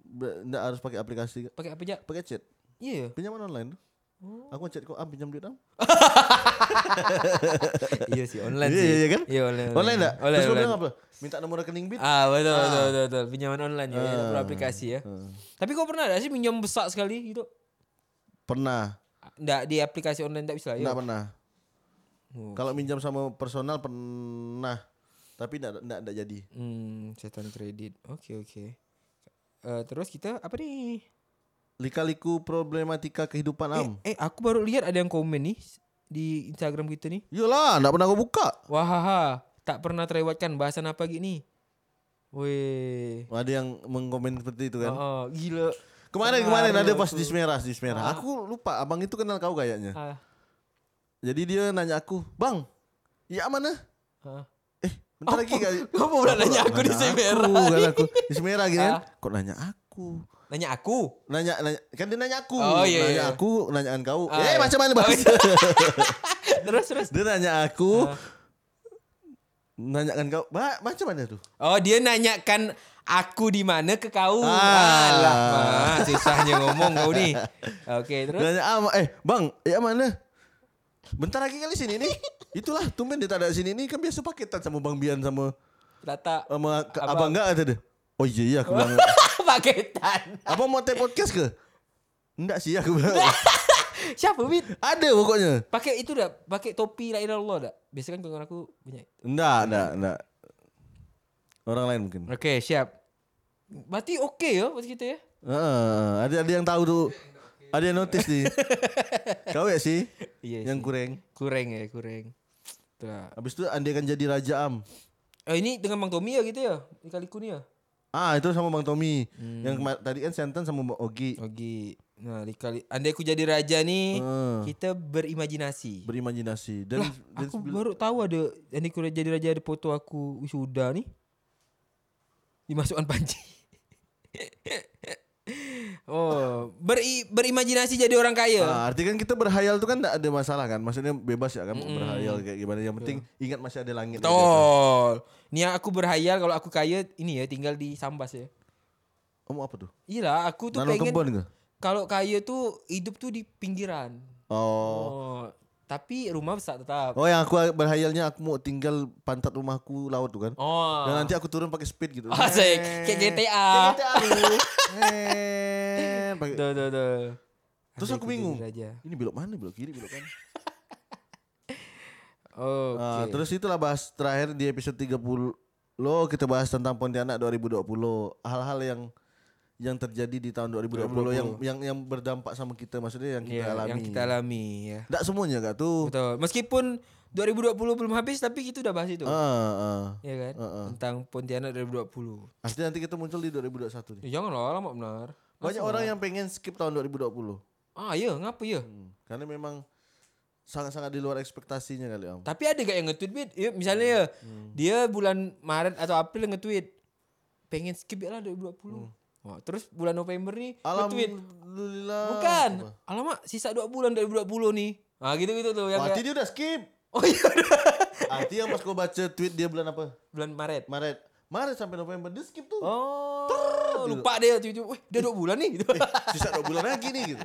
S3: Be- Nggak harus pakai aplikasi. nggak?
S2: Pakai apa aja?
S3: Pakai chat.
S2: Iya.
S3: Pinjaman online. tuh.
S2: Oh.
S3: Aku chat kok, ah pinjam duit am.
S2: iya sih online
S3: Iya,
S2: sih.
S3: iya, iya kan?
S2: Iya online.
S3: Online enggak?
S2: Online.
S3: Terus lu
S2: online.
S3: bilang apa? Minta nomor rekening bit.
S2: Ah betul, betul betul betul pinjaman online ya, ya
S3: Ah.
S2: beraplikasi ya. Tapi kau pernah ada sih pinjam besar sekali gitu?
S3: Pernah.
S2: Enggak di aplikasi online enggak bisa
S3: Enggak
S2: ya.
S3: pernah.
S2: Oh.
S3: Kalau minjam sama personal pernah. Tapi enggak enggak, enggak jadi.
S2: Hmm, setan kredit. Oke, oke. Eh, terus kita apa nih?
S3: Lika-liku problematika kehidupan am.
S2: Eh, eh, aku baru lihat ada yang komen nih s- di Instagram kita ha, nih.
S3: Iyalah, enggak pernah gua buka.
S2: Wahaha, tak pernah terlewatkan bahasan apa gini. Wih.
S3: Ada yang mengkomen seperti itu kan.
S2: Oh, Nah, gila.
S3: Kemarin kemarin
S2: Pengaruh
S3: ada pas
S2: tuh.
S3: di Semerah, di Semerah. Aku lupa abang itu kenal kau kayaknya.
S2: Ah,
S3: Jadi dia nanya aku, "Bang, ya mana?"
S2: ah.
S3: Eh, bentar lagi kali.
S2: Kamu pernah nanya aku di Semera.
S3: Aku, kan aku. Di Semera gitu
S2: Ah.
S3: kan. Kok nanya aku?
S2: Nanya aku.
S3: Nanya, nanya kan dia nanya aku.
S2: Oh, iya,
S3: nanya
S2: iya.
S3: aku, nanyaan kau.
S2: Ah,
S3: eh,
S2: iya. Ah.
S3: macam mana, Bang?
S2: terus terus.
S3: dia nanya aku. Nanyakan kau, "Ba, macam mana tuh?"
S2: Oh, dia nanyakan aku di mana ke kau.
S3: Ah.
S2: Alah, mah, susahnya ngomong kau nih. Oke, terus.
S3: Nanya, ah, ma- "Eh, Bang, ya mana?" Bentar lagi kali sini nih. Itulah tumben dia tak ada sini nih kan biasa paketan sama Bang Bian sama
S2: Tata
S3: sama ke-
S2: Abang.
S3: abang enggak ada deh. Oh iya iya aku bilang.
S2: paketan.
S3: Abang mau take podcast ke? Enggak sih aku bilang.
S2: Siapa Bit?
S3: ada pokoknya.
S2: Pakai itu dah, pakai topi la ilaha illallah dah. Biasa kan kawan aku punya.
S3: Enggak, enggak, enggak. Orang lain mungkin.
S2: Oke, siap. Berarti oke ya buat kita ya.
S3: Heeh, ada ada yang tahu tuh. Ada yang notice nih. Kau ya sih
S2: Iya. sih.
S3: yang kurang.
S2: kurang ya, kurang. Tuh lah.
S3: Habis itu andai akan jadi raja am.
S2: Oh, ini dengan Bang Tommy ya gitu ya. Ikaliku nih ya.
S3: Ah, itu sama Bang Tommy.
S2: Hmm.
S3: Yang kema- tadi kan Senten sama Bang Ogi.
S2: Oke. Nah, dikali andai aku jadi raja nih,
S3: Hmm.
S2: kita berimajinasi.
S3: Berimajinasi dan, dan
S2: Aku
S3: sebelum-
S2: baru tahu ada yang aku jadi raja ada foto aku wisuda nih. Dimasukkan panci. oh, beri, berimajinasi jadi orang kaya.
S3: Ah, artinya kan kita berhayal tuh kan enggak ada masalah kan. Maksudnya bebas ya kan mau berhayal kayak gimana. Yang penting ingat masih ada langit. di atas.
S2: Betul. Nih aku berhayal kalau aku kaya ini ya tinggal di Sambas ya.
S3: Kamu apa tuh?
S2: Iya, aku tuh
S3: Nanam
S2: pengen
S3: kebun ke?
S2: kalau kaya tuh hidup tuh di pinggiran.
S3: Oh.
S2: Oh, tapi rumah besar tetap.
S3: Oh yang aku berhayalnya aku mau tinggal pantat rumahku laut tuh kan.
S2: Oh.
S3: Dan nanti aku turun pakai speed gitu.
S2: Asik, kayak GTA.
S3: Eh. Kayak GTA lu. Eh, pakai-
S2: Tuh, tuh, tuh.
S3: Terus
S2: Andai
S3: aku
S2: jadi
S3: bingung.
S2: raja.
S3: Ini belok mana? Belok kiri, belok kanan.
S2: Oh, oke.
S3: Ah, terus itulah bahas terakhir di episode 30 lo kita bahas tentang Pontianak 2020. Hal-hal yang yang terjadi di tahun 2020, yang yang yang berdampak sama kita maksudnya yang kita
S2: Iya, Ya,
S3: alami.
S2: yang kita alami ya.
S3: Nggak semuanya gak tuh.
S2: Betul. Meskipun 2020 belum habis tapi kita udah bahas itu.
S3: Ah, ah.
S2: ya kan? Tentang Pontianak 2020.
S3: Pasti nanti kita muncul di 2021 nih.
S2: Ya jangan lah lama benar.
S3: Banyak orang yang pengen skip tahun 2020.
S2: Ah, ya, ngapa ya?
S3: Hmm, Karena memang sangat-sangat di luar ekspektasinya kali om.
S2: Tapi ada gak yang nge-tweet Bit? Ya, misalnya ya,
S3: Hmm.
S2: dia bulan Maret atau April nge-tweet pengen skip ya lah
S3: Hmm.
S2: 2020. Wah, terus bulan November nih nge-tweet
S3: Alhamdulillah.
S2: bukan. Alamak, sisa 2 bulan 2020 nih. Ah, gitu-gitu tuh yang
S3: Berarti
S2: kayak,
S3: dia udah skip.
S2: Oh iya.
S3: Arti yang pas kau baca tweet dia bulan apa?
S2: bulan Maret.
S3: Maret. Maret sampai November dia skip tuh.
S2: Oh, lupa dia cucu. Wih, udah 2 bulan nih. Gitu.
S3: Sisa 2 bulan lagi nih gitu.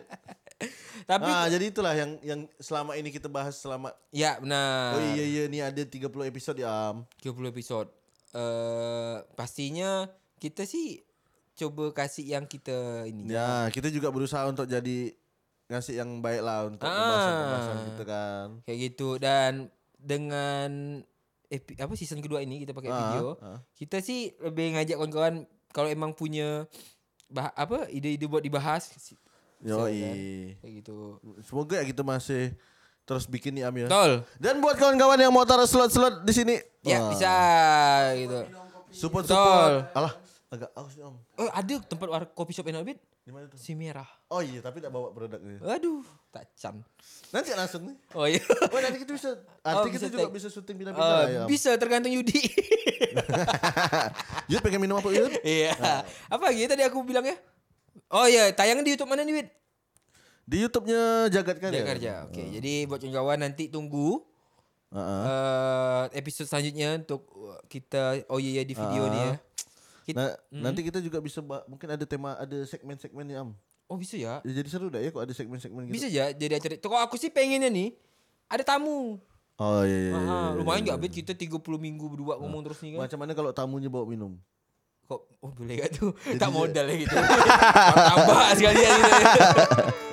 S2: Tapi
S3: Nah, jadi itulah yang yang selama ini kita bahas selama
S2: ya benar.
S3: Oh iya iya nih ada 30 episode ya Am.
S2: 30 episode. Eh pastinya kita sih coba kasih yang kita ini.
S3: Ya, kita juga berusaha untuk jadi ngasih yang baik lah untuk
S2: Ah.
S3: pembahasan-pembahasan kita kan.
S2: Kayak gitu dan dengan epi, apa season kedua ini kita pakai
S3: Ah,
S2: video.
S3: ah.
S2: Kita sih lebih ngajak kawan-kawan kalau emang punya bah, apa ide-ide buat dibahas si- kan?
S3: Yoi.
S2: kayak gitu.
S3: Semoga ya kita masih terus bikin nih Am ya.
S2: Betul.
S3: Dan buat kawan-kawan yang mau taruh slot-slot di sini,
S2: Ya
S3: wah,
S2: bisa gitu.
S3: Support
S2: Betul.
S3: support. Alah, agak aus nih, Om.
S2: Oh, ada tempat war kopi shop enak bit?
S3: Di mana tuh?
S2: Si merah.
S3: Oh iya, tapi tidak bawa produknya.
S2: Aduh, tak can.
S3: Nanti langsung nih.
S2: Oh iya.
S3: Oh, nanti kita bisa. Arti
S2: Oh,
S3: kita
S2: bisa
S3: juga
S2: take.
S3: bisa syuting pindah-pindah
S2: Eh,
S3: ya. Om.
S2: bisa tergantung Yudi.
S3: Yud pengen minum apa Yud?
S2: Iya. Apa lagi tadi aku bilang ya? Oh iya, tayang di YouTube mana nih, Wid?
S3: Di YouTube-nya Jagat kan, ya? Karya.
S2: Jakarta. Kerja. Oke,
S3: Ah.
S2: jadi buat kawan nanti tunggu
S3: Heeh.
S2: eh, episode selanjutnya untuk uh, kita oh iya, iya di video
S3: Ah.
S2: nih ya. Kita, Hmm.
S3: Nah, nanti kita juga bisa ba- mungkin ada tema ada segmen-segmen nih Am.
S2: oh bisa ya?
S3: Ya, jadi seru dah ya kok ada segmen-segmen gitu.
S2: Bisa ya jadi acara. Tuh, Kalau aku sih pengennya nih ada tamu.
S3: Oh iya iya. iya, iya,
S2: Aha,
S3: iya.
S2: lumayan gak Bid kita 30 minggu berdua ngomong terus nih kan.
S3: eh, Ah. Macam mana kalau tamunya bawa minum?
S2: Kok oh boleh gak tuh? tak modal ya gitu. Tambah sekalian gitu.